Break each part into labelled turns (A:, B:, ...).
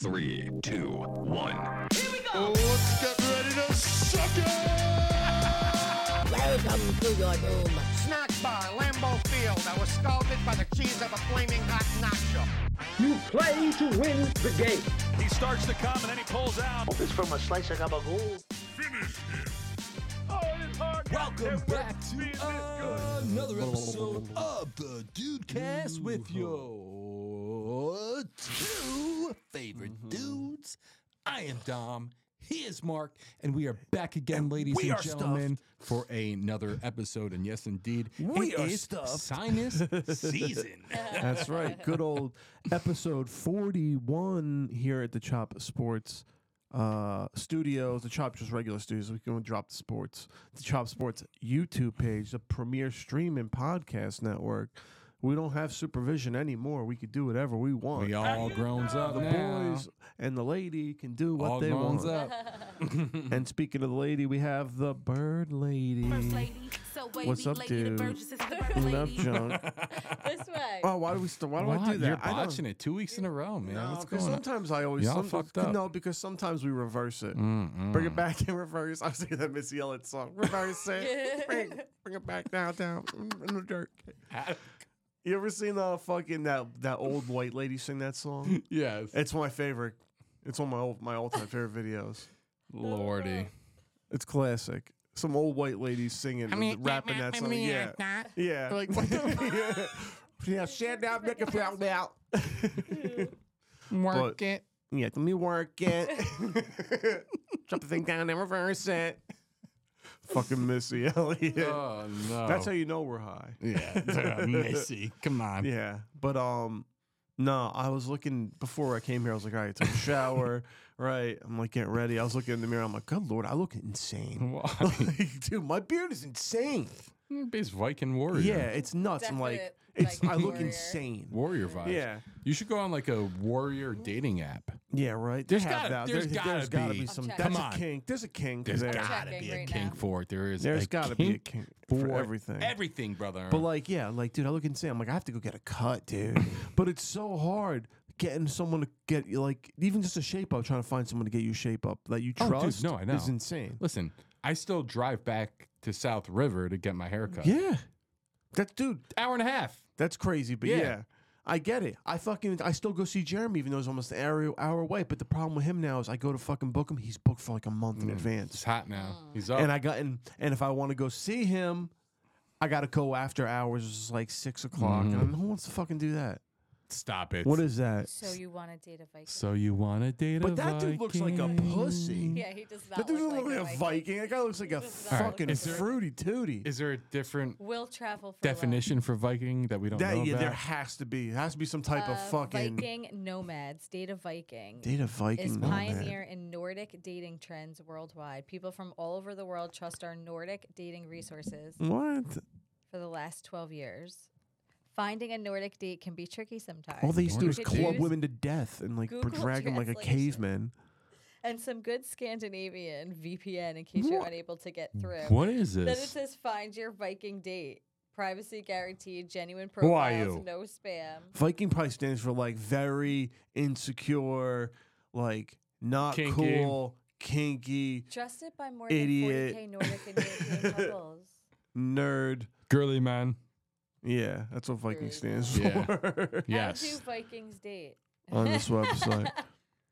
A: Three, two, one.
B: Let's get ready to suck
C: Welcome to your room.
D: Snack bar, Lambeau Field. I was scalded by the cheese of a flaming hot nacho.
E: You play to win the game.
F: He starts to come and then he pulls out.
G: It's from a slice of gabagool.
H: Welcome back to another episode of the Dudecast with your two favorite dudes. I am Dom. He is Mark, and we are back again, ladies
F: we
H: and
F: are
H: gentlemen, for another episode. And yes, indeed,
F: We
H: it
F: are
H: is
F: stuffed.
H: sinus season.
I: That's right. Good old episode 41 here at the Chop Sports uh, Studios. The Chop just regular studios. We can drop the sports. The Chop Sports YouTube page, the premier stream and podcast network. We don't have supervision anymore. We could do whatever we want.
H: We all grown up
I: the
H: now.
I: boys and the lady can do what
H: all
I: they
H: grown
I: want.
H: up.
I: And speaking of the lady, we have the bird lady. What's up, dude? Love junk.
J: This way.
I: Oh, why do we? St- why do I do that?
H: You're
I: I don't-
H: botching it two weeks in a row, man.
I: No,
H: What's
I: because
H: going on?
I: Uh, sometimes I always
H: Y'all
I: sometimes-
H: fucked up. Mm-hmm.
I: No, because sometimes we reverse it. Bring it back in reverse. I sing that Missy Elliott song. Reverse it. bring, bring it back down, down mm, in the dirt. You ever seen the fucking that that old white lady sing that song?
H: Yes.
I: It's my favorite. It's one of my old, my all time favorite videos.
H: Lordy.
I: It's classic. Some old white lady singing, rapping that song. Yeah, yeah. Like, yeah. yeah, stand up, make it feel now.
H: Work
I: But-
H: it.
I: Yeah, let me work it. Drop the thing down and reverse it. Fucking Missy Elliott.
H: Oh no.
I: That's how you know we're high.
H: Yeah, Missy. Come on.
I: Yeah, but um, no, I was looking before I came here. I was like, all right, took a shower, right? I'm like getting ready. I was looking in the mirror. I'm like, good lord, I look insane.
H: Why?
I: Like, Dude, my beard is insane.
H: It's Viking warrior.
I: Yeah, it's nuts. I'm like,
J: Definite,
I: it's
J: like,
I: I look
J: warrior.
I: insane.
H: Warrior vibes.
I: Yeah.
H: You should go on like a warrior dating app.
I: Yeah, right.
H: There's
I: Have
H: gotta-
I: that.
H: there's gotta
I: there's gotta
H: be.
I: be some.
J: I'll check.
I: That's
H: Come on.
I: a kink. There's a kink.
H: There's
I: there.
H: gotta
J: checking
H: be a
J: right
H: kink
J: now.
H: for it. There is.
I: There's
H: a
I: gotta be a
H: kink
I: kink for everything.
H: Everything, brother.
I: But like, yeah, like, dude, I look insane. I'm like, I have to go get a cut, dude. but it's so hard getting someone to get you, like, even just a shape up. Trying to find someone to get you shape up that you
H: Oh,
I: trust.
H: dude, no, I know.
I: Is insane.
H: Listen, I still drive back to South River to get my haircut.
I: Yeah, that dude,
H: Hour and a half.
I: that's crazy. But
H: Yeah.
I: yeah. I get it. I fucking I still go see Jeremy even though it's almost an hour, hour away. But the problem with him now is I go to fucking book him. He's booked for like a month in
H: It's
I: advance,
H: hot
J: Mm.
H: now. He's up.
I: and I got and and if I want to go see him, I gotta go after hours, which is like six o'clock. And who wants to fucking do that?
H: Stop it.
I: Mm-hmm. What is that?
J: So you want to date a Viking?
H: So you want to date a
I: But that dude looks like a
H: Viking?
I: pussy.
J: yeah, he does not
I: That dude
J: look
I: doesn't
J: like
I: look like a Viking. That guy looks like a
J: not
I: fucking
H: Is there-
I: fruity tooty.
H: Is there a different
J: Will travel for
H: definition for Viking that we don't know
I: That, yeah,
H: about?
I: there has to be. There has to be some type
J: love.
I: of
J: Uh,
I: fucking
J: Viking nomads. Date a Viking.
I: data
J: is
I: Viking.
J: pioneer in Nordic dating trends worldwide. People from all over the world trust our Nordic dating resources
I: What?
J: for the last 12 years. Finding a Nordic date can be tricky sometimes.
I: All they used to do is
J: Could
I: club
J: use
I: women to death and like
J: Google
I: drag them like a
J: translation.
I: caveman.
J: and some good Scandinavian VPN in case you're unable to get through.
H: What is
J: Then it
H: this?
J: says find your Viking date. Privacy guaranteed, genuine
H: Who are
J: profiles,
H: you?
J: no spam.
I: Viking probably stands for like very insecure, like not
H: Kinky.
I: cool, kinky,
J: Trusted by more
I: Idiot.
J: than 40k Nordic and European couples.
I: nerd.
H: Girly man.
I: Yeah, that's what Viking
J: Really?
I: stands
H: Yeah.
I: for
H: Yes.
J: How do Vikings date?
I: on this website.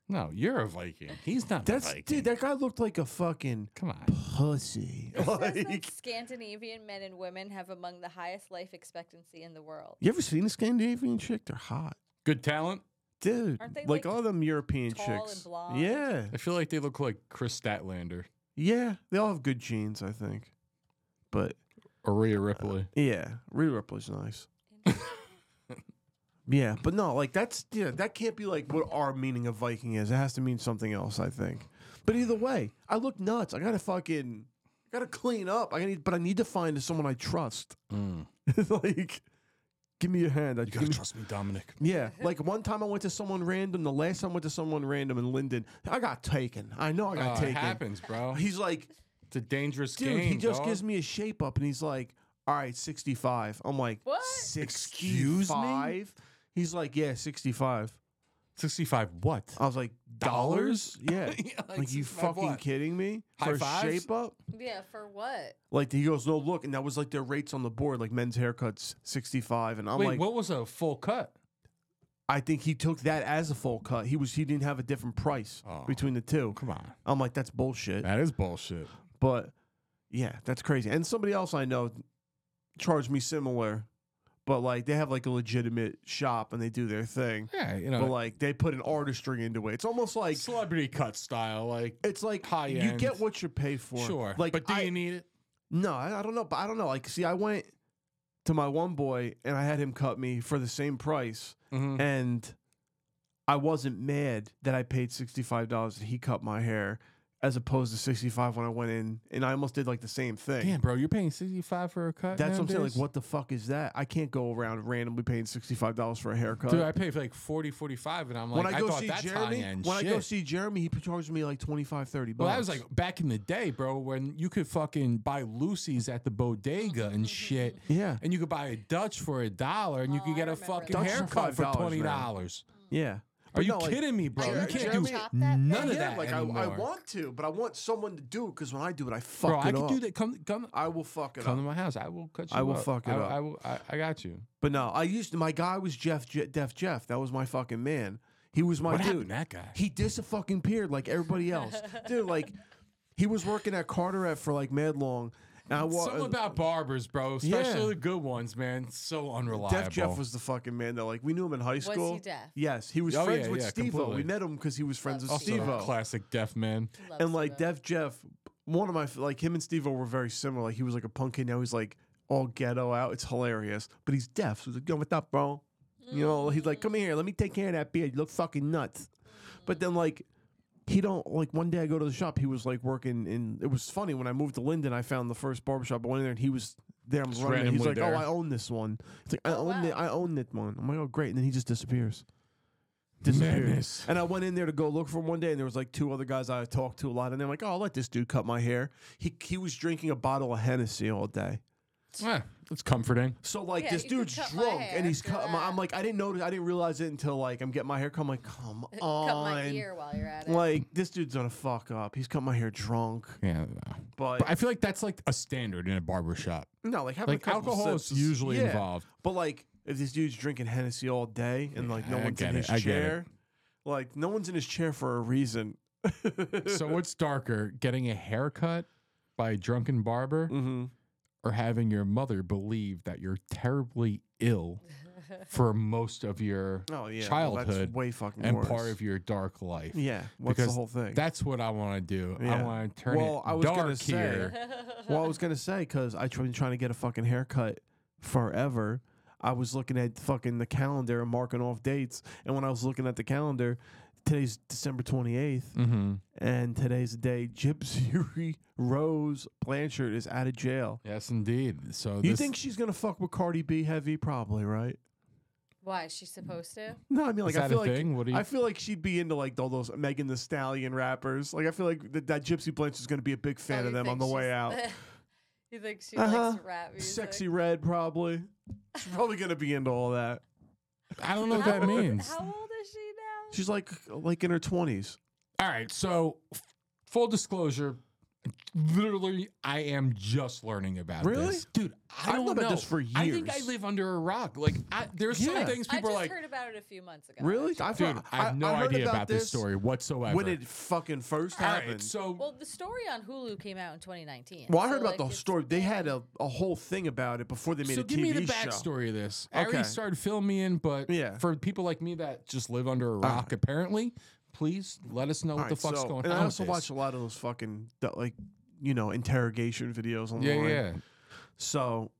H: No, you're a Viking. He's not a
I: That's
H: Viking.
I: dude. That guy looked like a fucking
H: Come on.
I: pussy.
J: It says
I: Like,
J: that Scandinavian men and women have among the highest life expectancy in the world.
I: You ever seen a Scandinavian chick? They're hot,
H: Good talent.
I: dude.
J: Aren't they, like,
I: like, all them European
J: tall and
I: chicks.
J: blonde?
I: Yeah,
H: I feel like they look like Chris Statlander
I: yeah. They all have good genes, I think. But
H: or Rhea Ripley.
I: yeah, Rhea Ripley's nice. yeah, but no, like that's yeah, that can't be like what our meaning of Viking is. It has to mean something else, I think. But either way, I look nuts. I gotta fucking, I gotta clean up. I need, but I need to find someone I trust. like, give me your hand. I
H: Mm. You gotta trust me, Dominic.
I: Yeah, like one time I went to someone random. The last time I went to someone random in Linden, I got taken. I know I
H: Uh,
I: got
H: it
I: taken.
H: happens, bro.
I: He's like,
H: it's a dangerous
I: dude,
H: game.
I: he just
H: dog.
I: gives me a shape up, and he's like, all right, sixty-five. I'm like,
J: What?
I: Excuse me. He's like, yeah, sixty-five.
H: 65 what?
I: I was like,
K: Dollars?
I: dollars? Yeah.
K: Yeah, like
I: like, you
K: 65
I: fucking
K: what?
I: kidding me?
K: High
I: For
K: fives?
I: shape up?
J: Yeah, for what?
I: Like he goes, no, look, and that was like their rates on the board, like men's haircuts, sixty five, and I'm
H: Wait,
I: like,
H: what was a full cut?
I: I think he took that as a full cut. He was he didn't have a different price
H: Oh,
I: between the two.
H: Come on.
I: I'm like, that's bullshit.
H: That is bullshit.
I: But yeah, that's crazy. And somebody else I know charged me similar, but like they have like a legitimate shop and they do their thing.
H: Yeah, you know.
I: But like they put an artistry into it. It's almost like
H: celebrity cut style, like
I: it's like
H: high
I: you
H: end.
I: get what you pay for.
H: sure.
I: Like,
H: but do
I: I-
H: you need it?
I: No, I, I don't know. But I don't know. Like, see, I went to my one boy and I had him cut me for the same price,
H: Mhm.
I: and I wasn't mad that I paid sixty five dollars and he cut my hair as opposed to sixty five when I went in, and I almost did like the same thing.
H: Damn, bro, you're paying 65 for a cut.
I: That's what I'm saying. Like,
H: nowadays?
I: what the fuck is that? I can't go around randomly paying sixty five dollars for a haircut.
H: Dude, I pay for like 40, 45, and I'm like,
I: when I
H: I,
I: go
H: thought
I: see
H: that's
I: Jeremy,
H: high
I: when
H: end
I: I go
H: shit.
I: see Jeremy, he charged me like 25 30 bucks.
H: well, that was like back in the day, bro, when you could fucking buy Lucy's at the bodega and shit,
I: yeah,
H: and you could buy a Dutch for a dollar, and you
J: Oh,
H: could
J: I
H: get a
J: remember
H: fucking
I: that. Dutch for
H: haircut for
I: $5,
H: twenty
I: man.
H: dollars.
I: yeah.
H: Are
I: But
H: you
I: no, like-
H: kidding me, bro?
I: Jer-
H: You
J: Jeremy-
H: can't do
J: Chop that
H: none
J: thing?
H: of
I: yeah,
H: that
I: like
H: anymore.
I: I, I want to, but I want someone to do it because when I do it, I fuck
H: bro.
I: it
H: I could
I: up.
H: do that. Come, come,
I: I will fuck it
H: come to
I: up.
H: my house. I will cut you.
I: I will
H: up.
I: fuck it
H: I,
I: up.
H: I will. I, I got you.
I: But no, I used to, my guy was Jeff Je- Def Jeff. That was my fucking man. He was my
H: what
I: dude.
H: happened to that guy?
I: He dis fucking peered like everybody else, dude. Like he was working at Carteret for like mad long, and I uh, walked.
H: Something about barbers, bro, especially
I: Yeah.
H: the good ones, man. It's So unreliable.
I: Def Jeff was the fucking man that like we knew him in high
J: he
I: school.
J: deaf?
I: Yes, he was
H: Oh,
I: friends
H: yeah,
I: with
H: yeah,
I: Steve O.
H: completely.
I: We met him because he was friends with
J: Also
I: Steve O.
H: classic deaf man.
J: Love
I: and like
J: Steve-O.
I: Def Jeff, one of my like him and Steve O were very similar. Like he was like a punk kid, now he's like all ghetto out. It's hilarious, but he's deaf. So he's like, "Yo, what's up, bro?" You know, he's like, "Come here, let me take care of that beard. You look fucking nuts." But then like. He don't like one day I go to the shop, he was like working in it was funny when I moved to Linden, I found the first barbershop. I went in there and he was there. I'm running. it. He's
H: randomly
I: like,
H: there.
I: Oh, I own this one. It's like I
J: Oh, wow.
I: own it, I own that one. I'm like, Oh great, and then he just disappears disappeared.
H: Madness.
I: And I went in there to go look for him one day, and there was like two other guys I talked to a lot, and they're like, "Oh, I'll let this dude cut my hair." He he was drinking a bottle of Hennessy all day,
H: Yeah, it's comforting.
I: so like
J: Yeah,
I: this
J: you can
I: dude's
J: cut my
I: drunk
J: hair
I: and he's
J: after
I: cut. My,
J: that.
I: I'm like, I didn't notice, I didn't realize it until like I'm getting my hair cut. I'm like, come on,
J: cut my ear while you're at it.
I: like this dude's gonna fuck up. He's cut my hair drunk,
H: Yeah,
I: but,
H: but I feel like that's like a standard in a barber shop.
I: no, like having a
H: Like
I: couple
H: alcohol
I: sips
H: is usually
I: yeah.
H: involved.
I: But like, if this dude's drinking Hennessy all day and like no
H: Yeah, I
I: one's in
H: get it,
I: his
H: I get it.
I: chair, like no one's in his chair for a reason.
H: so what's darker, getting a haircut by a drunken barber
I: Mm.
H: or having your mother believe that you're terribly ill for most of your
I: Oh yeah, well,
H: childhood
I: that's way fucking
H: and
I: worse.
H: part of your dark life?
I: yeah. What's the
H: because
I: whole thing?
H: That's what I want to do. I
I: Yeah.
H: want to turn
I: Well,
H: it
I: I was gonna
H: dark
I: say-
H: here.
I: well, I was gonna say because I've been trying to get a fucking haircut forever. I was looking at fucking the calendar and marking off dates, and when I was looking at the calendar, today's December twenty
H: Mm-hmm.
I: and today's the day Gypsy Rose Blanchard is out of jail.
H: Yes, indeed. So
I: You
H: this,
I: think she's gonna fuck with Cardi B heavy? Probably, right?
J: Why is she supposed to?
I: No, I mean like
H: Is
I: I
H: that
I: feel
H: a
I: like
H: thing? What do you-
I: I feel like she'd be into like all those Megan the Stallion rappers. Like I feel like that, that Gypsy Blanchard's gonna be a big fan
J: Oh,
I: of
J: you
I: them on
J: think
I: the way
J: she's-
I: out.
J: you think she
I: Uh-huh.
J: likes rap music?
I: Sexy red, probably. She's probably gonna be into all that.
H: I don't know what that
J: How old-
H: means.
J: How old is she now?
I: She's like like in her twenties.
H: All right. So, f- full disclosure, literally, I am just learning about
I: Really?
H: this, dude. I
I: I've
H: don't
I: known about
H: know.
I: this for
H: I think I
I: years.
H: live under a rock. Like, I, there's
I: Yeah.
H: some things
J: I
H: people
J: just
H: are like,
J: heard about it a few months ago.
I: Really?
J: actually.
I: I've
H: dude,
I: heard-
H: I have no
I: heard
H: idea about, this, story whatsoever.
I: When it fucking first
H: All
I: happened.
H: right. So,
J: Well, the story on Hulu came out in 2019.
I: well, I heard
J: so,
I: about
J: like,
I: the
J: it's-
I: story. They had a, a whole thing about it before they made
H: so
I: a TV
H: give me the
I: show.
H: backstory of this. I
I: Okay.
H: already started filling me in, but
I: Yeah. Uh-huh.
H: for people like me that just live under a rock, apparently, please let us know
I: All
H: what the
I: right,
H: fuck's
I: so-
H: going
I: and
H: on.
I: I
H: with
I: also
H: this.
I: watch a lot of those fucking the- like you know interrogation videos online.
H: Yeah, yeah.
I: So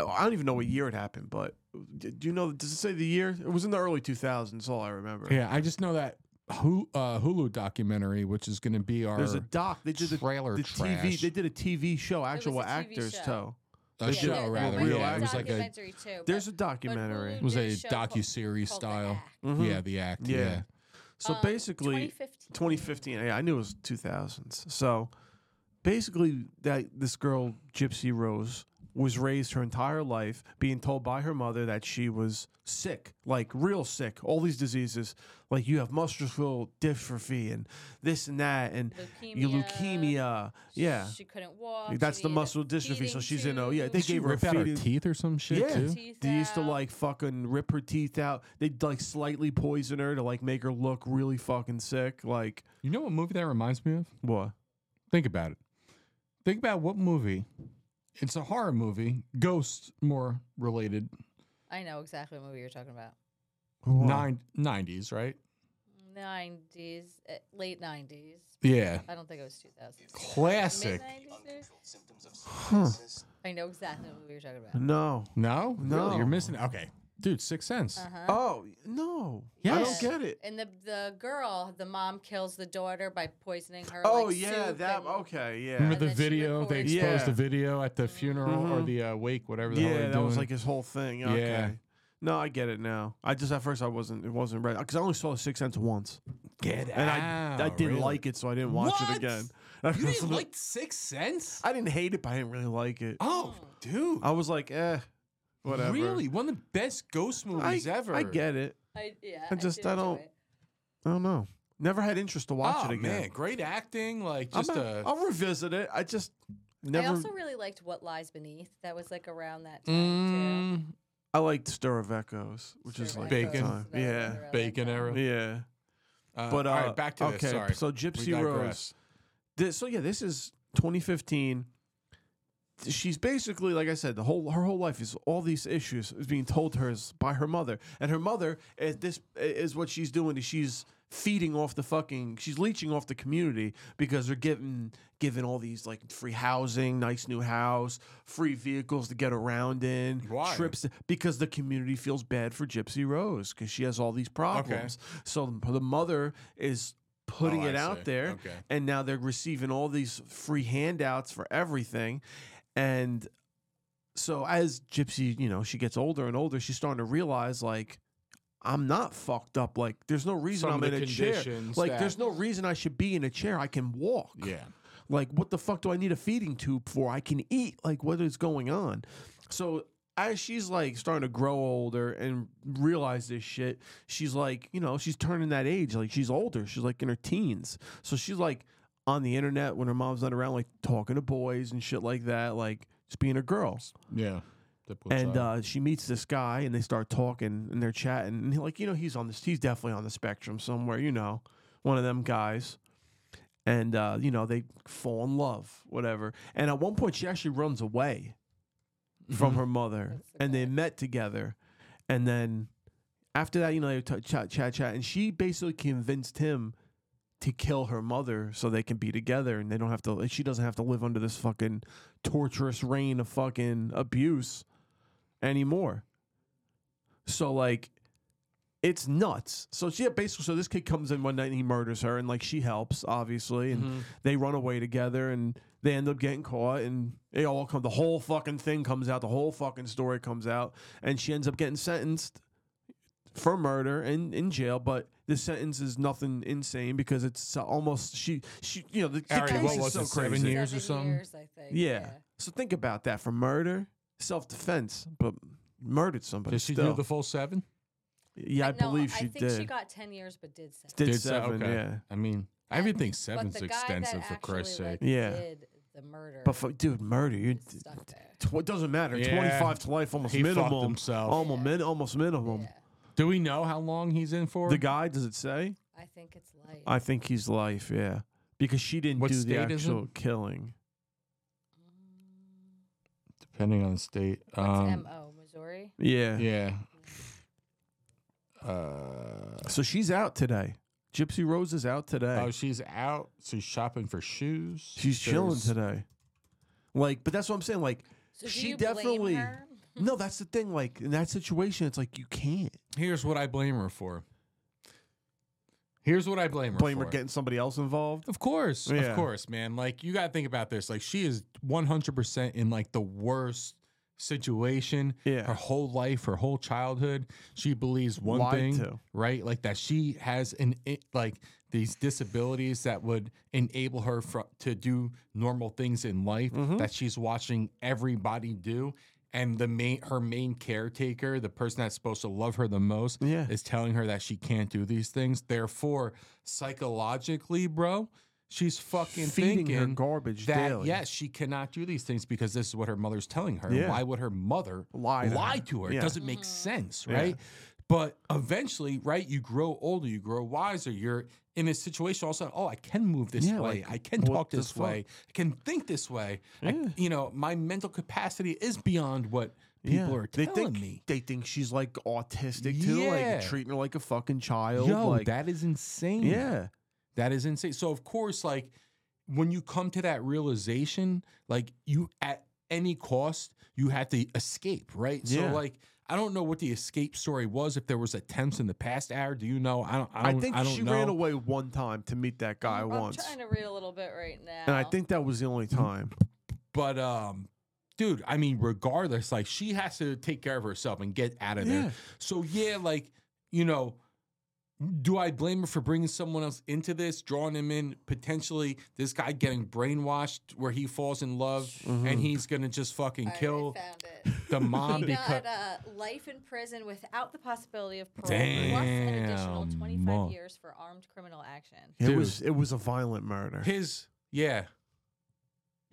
I: oh, I don't even know what year it happened, but d- do you know? Does it say the year? It was in the early 2000s. All I remember.
H: Yeah, I just know that Hulu, uh, Hulu documentary, which is going to be our
I: There's a doc. They did the,
H: trailer
I: the TV.
H: trash.
I: They did a TV show, actual
J: was a TV
I: actors
J: show.
I: too.
H: a
J: yeah,
H: show
J: there- there
H: rather.
J: was
I: real
J: a
H: yeah, it was like a
J: documentary too.
I: There's a
J: but-
I: documentary.
J: Hulu
H: it was
J: did
H: a
J: show called-
H: docu-series
J: called The
H: style. Mm-hmm.
J: Act.
H: yeah the act. Yeah.
I: Yeah. So
J: Um,
I: basically,
J: 2015.
I: 2015. Yeah, I knew it was 2000s. So basically, that this girl Gypsy Rose was raised her entire life being told by her mother that she was sick, like real sick, all these diseases, like you have muscular dystrophy and this and that, and you
J: Leukemia.
I: leukemia. Yeah.
J: She couldn't walk.
I: That's
J: she
I: the
J: needed
I: muscle dystrophy, so
J: feeding
I: she's in a- yeah,
J: tube.
I: they
H: She
I: gave her a
H: rip out her
I: feeding-
H: teeth or some shit
I: Yeah,
H: too.
J: Teeth
I: they used to
J: out.
I: like fucking rip her teeth out. They'd like slightly poison her to like make her look really fucking sick. Like
H: You know what movie that reminds me of?
I: what?
H: Think about it. Think about what movie. It's a horror movie, ghost more related.
J: I know exactly what movie you're talking about.
H: Nine, 90s, right?
J: 90s, uh, late 90s.
H: Yeah.
J: I don't think it was 2000s.
H: Classic.
J: Mid 90s, maybe? I know exactly what movie you're talking about.
I: No.
H: No,
I: No.
H: you're missing. Okay, dude, Sixth Sense.
K: Uh-huh.
I: Oh no.
H: Yes.
I: I don't get it.
J: And the the girl, the mom kills the daughter by poisoning her.
I: Oh
J: like,
I: yeah,
J: soup
I: that
J: and-
I: okay, yeah.
H: Remember the
J: And then she
H: video? They
J: records
H: exposed
I: it.
H: the video at the funeral or
I: Mhm.
H: the uh, wake, whatever the hell
I: Yeah,
H: they're
I: that
H: doing.
I: was like his whole thing. Okay.
H: Yeah.
I: No, I get it now. I just at first I wasn't it wasn't ready because I only saw Six Sense once
K: Get
I: and I I
H: Wow,
I: didn't
H: really?
I: like it so I didn't watch
K: What?
I: it again.
K: You didn't like Sixth Sense?
I: I didn't hate it, but I didn't really like it.
K: Oh, dude.
I: I was like, eh, whatever.
K: Really? One of the best ghost
I: I,
K: movies ever.
I: I get it.
J: I, yeah,
I: I just-
J: did
I: I
J: enjoy
I: don't-
J: it.
I: I don't know. Never had interest to watch
K: oh,
I: it again.
K: man. Great acting. Like,
I: I'm
K: just uh,
I: not-
K: a.
I: I'll revisit it. I just never.
J: I
I: I,
J: also really liked What Lies Beneath. That was like around that time
H: Mm,
I: liked Stir of Echoes, which
J: too.
I: is like
H: Bacon.
I: time. Yeah,
H: bacon era.
I: yeah.
H: Uh,
I: But uh,
H: all right, back to
I: okay.
H: this. Sorry.
I: So
H: We
I: Gypsy
H: digress.
I: Rose. This, so yeah, this is 2015. She's basically, like I said, the whole her whole life is all these issues is being told to her is by her mother, and her mother is this is what she's doing is she's feeding off the fucking she's leeching off the community because they're giving giving all these like free housing, nice new house, free vehicles to get around in,
H: Why?
I: trips to- because the community feels bad for Gypsy Rose because she has all these problems. So the- the mother is putting
H: Oh, I
I: it out
H: see.
I: there
H: Okay.
I: and now they're receiving all these free handouts for everything and so as gypsy you know she gets older and older she's starting to realize like i'm not fucked up like there's no reason
H: Some of
I: i'm
H: the
I: in a chair
H: conditions
I: like
H: that-
I: there's no reason i should be in a chair i can walk
H: Yeah.
I: like, what the fuck do I need a feeding tube for? I can eat. Like, what is going on? So, as she's like starting to grow older and realize this shit, she's like, you know, she's turning that age. Like, she's older. She's like in her teens. So, she's like on the internet when her mom's not around, like talking to boys and shit like that. Like, just being a girl.
H: Yeah. Typical
I: And
H: child.
I: uh, she meets this guy and they start talking and they're chatting. And he- like, you know, he's on this, he's definitely on the spectrum somewhere, you know, one of them guys. And, uh, you know, they fall in love, whatever. And at one point, she actually runs away from her mother and they met together. And then after that, you know, they t- chat, chat, chat. And she basically convinced him to kill her mother so they can be together and they don't have to, like, she doesn't have to live under this fucking torturous reign of fucking abuse anymore. So like it's nuts. So she basically so this kid comes in one night and he murders her and like she helps obviously and
H: Mm-hmm.
I: they run away together and they end up getting caught and it all come the whole fucking thing comes out the whole fucking story comes out and she ends up getting sentenced for murder and in jail but the sentence is nothing insane because it's almost she she you know the, the
H: Ari,
I: case
H: what
I: is
H: was
I: so
H: it,
I: crazy.
H: seven years
J: Seven
H: or something?
J: years, I think.
I: Yeah. So think about that for murder, self defense, but murdered somebody.
H: Did she
I: uh, still.
H: do the full seven?
I: yeah, I,
J: no,
I: believe she
J: I think
I: did.
J: she got 10 years, but did seven.
I: did,
H: se-
I: seven,
H: okay.
I: yeah.
H: I mean, everything
J: But
H: seven's
J: the guy
H: extensive
J: that
H: for Christ's
J: actually,
H: sake.
J: like,
I: Yeah.
J: did the murder.
I: But for, dude, murder, you.
J: is stuck there.
I: Tw- it doesn't matter.
H: Yeah.
I: Twenty five to life, almost
H: He fucked
I: minimum.
H: himself.
I: Almost, min- almost minimum.
H: Do we know how long he's in for?
I: The guy, does it say?
J: I think it's light.
I: I think he's life. Yeah, because she didn't
H: What
I: do the
H: state is it?
I: actual killing.
H: Depending on the state.
J: What's
H: Um,
J: MO, Missouri?
I: Yeah.
H: yeah. Uh,
I: So she's out today. Gypsy Rose is out today.
H: Oh, she's out. She's shopping for shoes.
I: She's chilling
H: There's-
I: today. Like, but that's what I'm saying. Like,
J: So do
I: she
J: you blame
I: definitely.
J: her?
I: no, that's the thing. Like in that situation, it's like you can't
H: Here's what I blame her for. Here's what I blame her
I: blame her
H: for.
I: getting somebody else involved.
H: Of course,
I: Yeah.
H: of course, man. Like you got to think about this. Like she is 100% in like the worst situation,
I: Yeah.
H: her whole life, her whole childhood. She believes one
I: Lied
H: thing,
I: to.
H: right? Like that she has an i- like these disabilities that would enable her fro- to do normal things in life
I: Mm-hmm.
H: that she's watching everybody do. And the main, her main caretaker, the person that's supposed to love her the most,
I: Yeah.
H: is telling her that she can't do these things. Therefore, psychologically, bro, she's fucking
I: Feeding her
H: thinking
I: garbage
H: that
I: daily.
H: yes, she cannot do these things because this is what her mother's telling her.
I: Yeah.
H: Why would her mother
I: Lie to her.
H: to her?
I: Yeah.
H: It doesn't make sense, right? But eventually, right, you grow older, you grow wiser, you're in a situation all of a sudden, oh, I can move this
I: Yeah,
H: way,
I: like,
H: I can
I: what
H: talk
I: the
H: this
I: fuck?
H: way, I can think this way. I- you know, my mental capacity is beyond what people are
I: they
H: telling
I: think,
H: me.
I: They think she's like autistic too,
H: Yeah.
I: like treating her like a fucking child.
H: Yo,
I: like,
H: that is insane.
I: yeah,
H: That is insane. So of course, like when you come to that realization, like you at any cost, you had to escape, right?
I: Yeah.
H: So like I don't know what the escape story was. If there was attempts in the past hour, do you know? I don't. I,
I: I
H: don't,
I: think
H: I don't
I: she
H: know.
I: ran away one time to meet that guy
J: I'm
I: once,
J: trying to read a little bit right now.
I: and I think that was the only time.
H: But um, dude, I mean, regardless, like she has to take care of herself and get out of
I: Yeah.
H: there. So yeah, like you know, do I blame her for bringing someone else into this, drawing him in potentially? This guy getting brainwashed where he falls in love
I: Mm-hmm.
H: and he's gonna just fucking
J: All right, I
H: kill
J: found it.
H: the mom
J: He
H: because
J: got uh, life in prison without the possibility of parole, plus an additional
H: Damn,
J: 25
H: Ma.
J: years for armed criminal action.
I: It
H: Dude.
I: was it was a violent murder.
H: his yeah.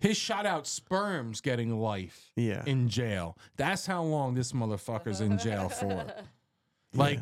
H: His shot out sperms getting life
I: Yeah,
H: in jail. That's how long this motherfucker's in jail for. Like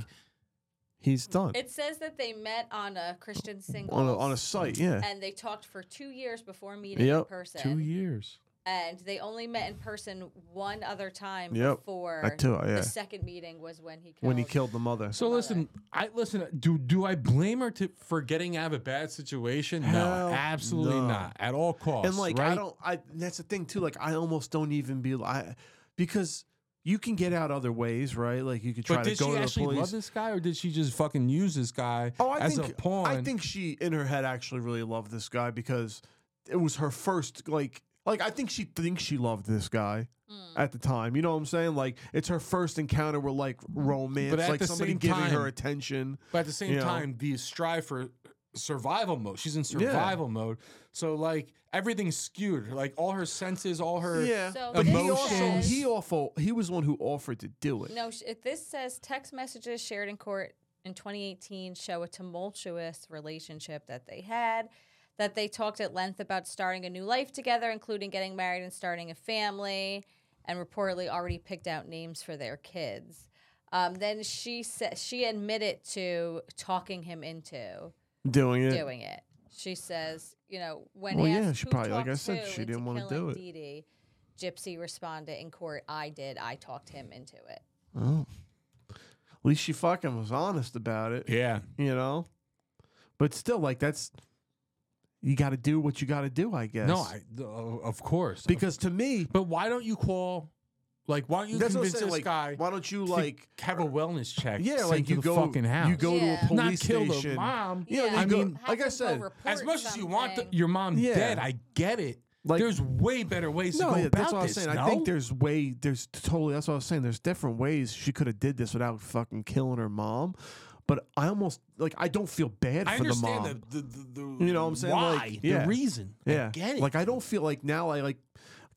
I: he's done
J: It says that they met on a Christian singles
I: on a, on a site. Yeah,
J: and they talked for two years before meeting in
I: Yep,
J: person.
H: two years.
J: And they only met in person one other time
I: Yep,
J: before
I: I too- yeah.
J: the second meeting was when he killed.
I: when he killed the mother.
H: So listen, I listen. Do do I blame her to, for getting out of a bad situation?
I: Hell
H: no, absolutely
I: no.
H: not. At all costs.
I: and like
H: right?
I: I don't. I and that's the thing too. Like I almost don't even be. I because you can get out other ways, right? Like you could try
H: But
I: to
H: did
I: go
H: she
I: to the
H: actually love
I: police.
H: this guy, or did she just fucking use this guy
I: Oh, I
H: as
I: think
H: a pawn?
I: I think she in her head actually really loved this guy because it was her first like like I think she thinks she loved this guy
J: Hmm.
I: at the time. You know what I'm saying? Like it's her first encounter with like romance,
H: But at
I: like
H: the
I: somebody
H: same
I: giving her
H: time-
I: attention.
H: But at the same
I: You know?
H: time, the strive for survival mode. She's in survival mode. So like everything's skewed. Like all her senses, all her
I: Yeah.
J: So
I: but he also
J: emotions-
I: he awful he was the one who offered to do it.
J: No, sh- it- this says text messages shared in court in 2018 show a tumultuous relationship that they had. That they talked at length about starting a new life together, including getting married and starting a family, and reportedly already picked out names for their kids. Um, then she said she admitted to talking him into
I: doing it.
J: doing it. She says, you know, when
I: Well,
J: asked
I: yeah, she
J: who
I: probably- like
J: talked
I: I said,
J: who
I: she
J: into
I: didn't wanna
J: killing
I: do it.
J: Dee Dee, Gypsy responded in court, "I did. I talked him into it."
I: At least she fucking was honest about it.
H: Yeah.
I: You know? But still like that's you got to do what you got to do, I guess.
H: No, I, uh, of course.
I: because to me
H: but why don't you call? Like why don't you
I: That's what I'm
H: convince
I: saying,
H: this
I: like,
H: guy?
I: why don't you
H: to
I: like
H: have a wellness check?
I: yeah,
H: sent
I: like
H: to
I: you
H: the
I: go
H: fucking house.
I: you go to
J: Yeah.
I: a police
H: Not kill
I: station.
H: the mom.
I: Yeah,
J: Yeah.
I: they
H: I
I: go-
H: mean,
I: like
J: Have
I: I
J: him go
I: said,
J: report
H: As much as you want the,
J: something.
H: your mom
I: Yeah.
H: dead, I get it.
I: Like-
H: there's way better ways to
I: no,
H: go
I: yeah,
H: about
I: that's what I was
H: this.
I: saying.
H: no?
I: I think there's way, there's totally. That's what I was saying. There's different ways she could have did this without fucking killing her mom. But I almost like I don't feel bad
H: I
I: for the
H: understand
I: mom.
H: the, the, the, the
I: You know what I'm saying?
H: Why?
I: Like, yeah.
H: The reason.
I: Yeah,
H: I get it.
I: like I don't feel like now I like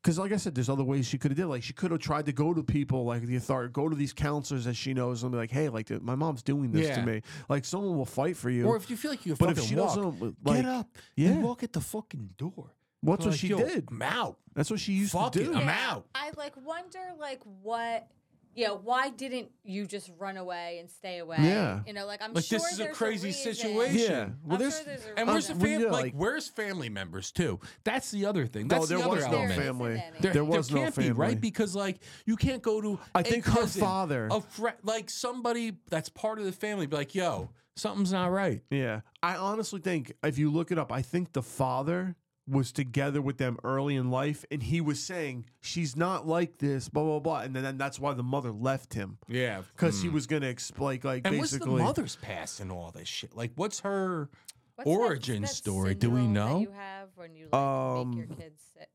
I: because like I said, there's other ways she could have did. Like she could have tried to go to people like the authority, go to these counselors that she knows and be like, hey, like th- my mom's doing this to
H: Yeah.
I: me. Like someone will fight for you.
H: Or if you feel like you
I: But
H: fucking
I: if she
H: walk,
I: doesn't, like-
H: get up
I: Yeah.
H: and walk at the fucking door.
I: What's
H: Be
I: what
H: like,
I: she
H: "Yo,
I: did?
H: I'm out.
I: That's what she used
H: Fuck
I: to
H: it,
I: do.
H: I'm out.
J: I like wonder like what yeah, why didn't you just run away and stay away?
I: Yeah.
J: You know, like I'm
H: Like
J: sure
H: this is a
J: there's
H: crazy
J: reason.
H: situation.
I: Yeah. Well,
J: I'm
I: there's, uh,
J: sure there's a
H: And
J: reason.
H: where's the
I: Well,
H: family?
I: yeah,
H: like,
I: like-
H: where's family members too? That's the other thing.
I: no,
H: That's
I: there
H: the other
I: was no
H: element.
J: There
I: family.
J: isn't any.
I: There, was
H: there
I: no
H: can't
I: family,
H: be right because like you can't go to.
I: I
H: a
I: think her
H: cousin,
I: father-
H: a friend, like somebody that's part of the family, be like, "Yo, something's not right."
I: Yeah. I honestly think if you look it up, I think the father was together with them early in life and he was saying, She's not like this, blah, blah, blah. And then, then that's why the mother left him.
H: Yeah, hmm.
I: Because he was gonna explain like
H: And what's the
I: basically
H: mother's past and all this shit? Like, what's her
J: What's that-
H: origin
J: that
H: story? Do we
J: syndrome that
H: know?
I: Um,
J: you have when you like, make your kids sick?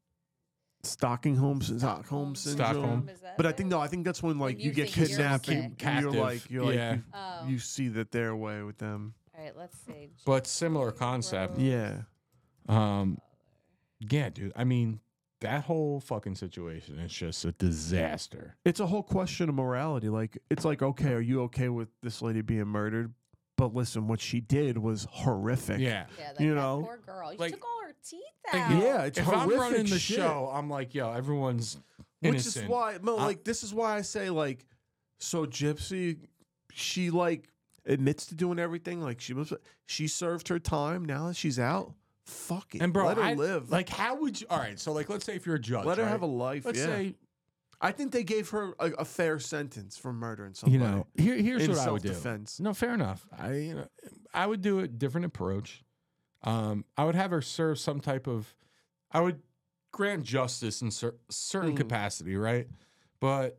I: Stockholm, Stockholm syndrome.
H: Stockholm.
J: Is that
I: But I
J: what
I: think
J: it
I: no, I think that's when like
J: you
I: you, get
J: think you're
I: kidnapped
J: sick.
I: and, and you're
H: Captive.
I: like you're like
H: Yeah.
I: you,
J: Oh.
I: you see that they're away with them.
J: All right, let's see.
H: But similar
J: Oh.
H: concept.
I: Yeah.
H: Um, yeah, dude. I mean, that whole fucking situation is just a disaster.
I: It's a whole question of morality. Like it's like, okay, are you okay with this lady being murdered? But listen, what she did was horrific.
H: Yeah.
J: Yeah, like
I: you
J: that
I: know,
J: poor girl. You
H: like-
J: took all her teeth
H: Like,
J: out.
I: Yeah, it's
H: if I'm
I: horrific
H: running the
I: shit.
H: show, I'm like, yo, everyone's
I: Which
H: innocent.
I: is why, no,
H: I-
I: like this is why I say like, so Gypsy, she like admits to doing everything. Like she was, she served her time. Now that she's out, fuck it,
H: and bro,
I: let her
H: I-
I: live.
H: Like, how would you? All right, so like, let's say if you're a judge,
I: let her
H: right?
I: have a life.
H: Let's
I: yeah.
H: say
I: I think they gave her a, a fair sentence for murdering
H: you
I: somebody.
H: know. Here, here's
I: in
H: what I would do.
I: self-defense.
H: No, fair enough. I, you know, I would do a different approach. Um, I would have her serve some type of. I would grant justice in cer- certain
I: Mhm.
H: capacity, right? But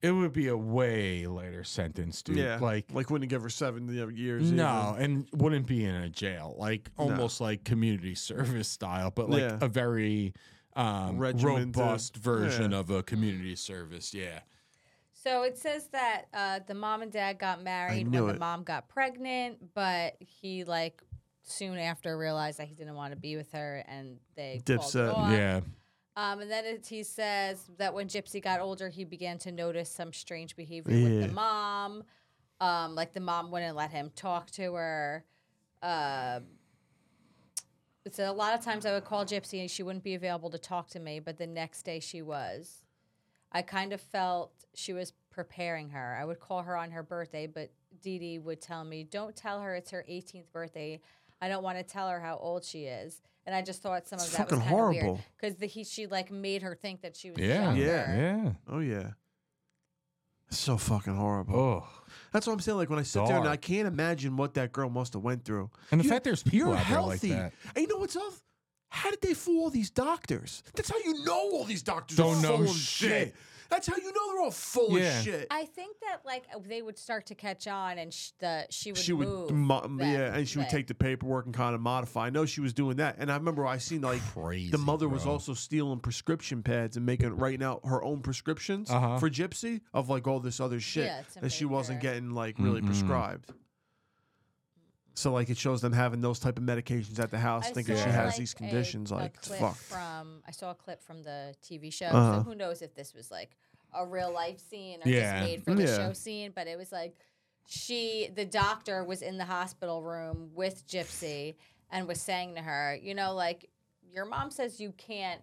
H: it would be a way lighter sentence, dude.
I: yeah,
H: Like,
I: like wouldn't give her seven years.
H: No, and wouldn't be in a jail, like almost like community service style, but like
I: Yeah.
H: a very um,
I: Regimented.
H: robust version
I: Yeah.
H: of a community service. Yeah,
J: So it says that uh, the mom and dad got married
I: knew
J: when
I: it.
J: the mom got pregnant, but he like soon after realized that he didn't want to be with her, and they called it
I: Dipset.
J: off.
H: yeah,
J: Um, and then it, he says that when Gypsy got older, he began to notice some strange behavior with the
I: Yeah.
J: mom. Um, like the mom wouldn't let him talk to her. Uh, so a lot of times I would call Gypsy and she wouldn't be available to talk to me, but the next day she was. I kind of felt she was preparing her. I would call her on her birthday, but Dee Dee would tell me, "Don't tell her it's her 18th birthday. I don't want to tell her how old she is." And I just thought some
I: It's
J: of that was
I: fucking
J: kind of weird
I: horrible.
J: because the he she like made her think that she was
H: yeah,
J: younger.
I: Yeah.
H: yeah.
I: Oh yeah. So fucking horrible.
H: Oh,
I: That's what I'm saying. Like when I sit there and
H: Dark.
I: I can't imagine what that girl must have went through.
H: and the
I: You-
H: fact there's people
I: You're
H: out there like
I: healthy.
H: that
I: And you know what's off? How did they fool all these doctors? That's how you know all these doctors
H: Don't
I: are
H: know
I: full of
H: shit.
I: shit. That's how you know they're all full
H: Yeah.
I: of shit.
J: I think that like uh, they would start to catch on, and sh- the she would
I: she would,
J: move
I: mo-
J: them,
I: yeah, and she would
J: like-
I: take the paperwork and kind of modify. I know she was doing that, and I remember I seen like the mother was also stealing prescription pads and making writing out her own prescriptions
H: Uh-huh.
I: for Gypsy of like all this other shit
J: Yeah, it's a
I: that she wasn't
J: major-
I: getting like really prescribed. So like it shows them having those type of medications at the house, thinking
J: saw,
I: she has
J: like,
I: these
J: a-
I: conditions.
J: a
I: like it's
J: clip
I: fucked.
J: From I saw a clip from the TV show.
I: Uh-huh.
J: So who knows if this was like a real life scene or
H: Yeah.
J: just made for the
I: Yeah.
J: show scene? But it was like she, the doctor, was in the hospital room with Gypsy and was saying to her, you know, like your mom says you can't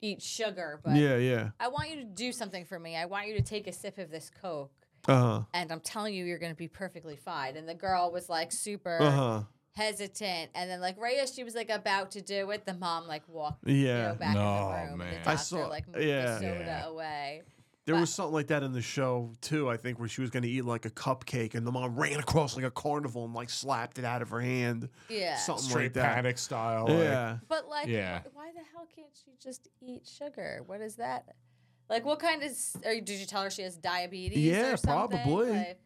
J: eat sugar, but
I: yeah, yeah.
J: I want you to do something for me. I want you to take a sip of this Coke.
I: Uh
J: And I'm telling you, you're going to be perfectly fine. And the girl was like super
I: huh. Uh huh.
J: hesitant, and then like right as she was like about to do it, the mom like walked you know,
I: Yeah.
J: back
H: No,
J: in the room. and
H: man.
J: The
I: I
J: doctor,
I: saw-
J: like moved
I: yeah.
J: the soda
H: Yeah.
J: away.
I: There was something like that in the show too. I think where she was going to eat like a cupcake, and the mom ran across like a carnival and like slapped it out of her hand.
J: Yeah,
I: Something
H: straight
I: like that.
H: panic style. like-
I: Yeah.
J: but like,
H: Yeah.
J: wh- why the hell can't she just eat sugar? What is that? Like, what kind of? s- Or did you tell her she has diabetes?
I: Yeah,
J: or something?
I: probably.
J: Like,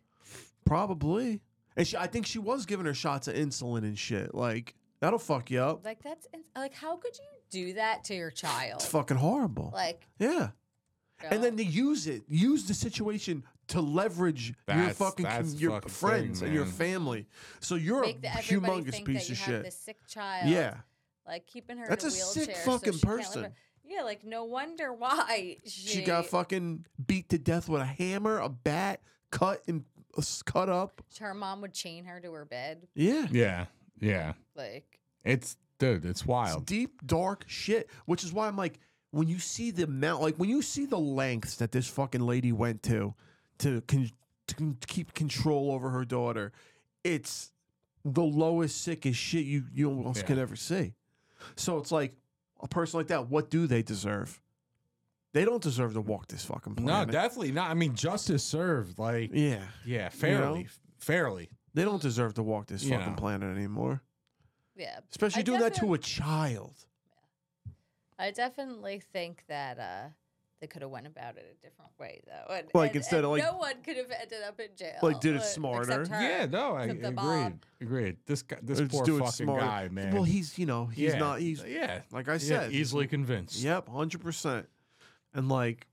I: Probably. And she, I think she was giving her shots of insulin and shit. Like that'll fuck you up.
J: like that's in- like how could you do that to your child?
I: It's fucking horrible.
J: Like,
I: yeah.
J: girl,
I: And then they use it, use the situation to leverage your
H: That's-
I: fucking com-
H: that's
I: your
H: fucking thing,
I: friends and your
H: man.
I: family. So you're
J: make the,
I: a
J: everybody
I: humongous
J: think that
I: piece
J: you
I: of
J: have
I: shit.
J: this sick child.
I: Yeah.
J: like keeping her.
I: That's
J: in
I: a
J: a,
I: sick
J: wheelchair
I: fucking
J: so she can't live
I: person.
J: her- Yeah, like no wonder why she,
I: She got fucking beat to death with a hammer, a bat, cut and uh, cut up.
J: her mom would chain her to her bed.
I: Yeah.
H: yeah, yeah.
J: Like
H: It's dude, it's
I: It's
H: wild.
I: deep, dark shit, which is why I'm like, when you see the amount, like when you see the lengths that this fucking lady went to to, con- to con- to keep control over her daughter, it's the lowest, sickest shit you, you almost
H: Yeah.
I: can ever see. So it's like, a person like that, what do they deserve? They don't deserve to walk this fucking
H: No,
I: planet.
H: definitely not. I mean, justice served. Like,
I: yeah.
H: yeah, fairly, fairly.
I: They don't deserve to walk this
H: You
I: fucking
H: know.
I: planet anymore.
J: yeah,
I: Especially
J: I
I: doing that to
J: definite-
I: a child.
J: I definitely think that uh They could have went about it a different way, though. And,
I: Like,
J: and- and
I: instead of, like-
J: no one could have ended up in jail.
I: Like, did it
J: uh,
I: smarter.
J: except her,
H: Yeah, no, I
J: except the
H: agreed.
J: Bob.
H: Agreed. This guy, this
I: Or just
H: poor
I: do it
H: fucking
I: smarter.
H: guy, man.
I: Well, he's you know he's
H: Yeah.
I: not he's
H: yeah,
I: like I
H: yeah,
I: said
H: easily convinced.
I: Yep, hundred percent. And like,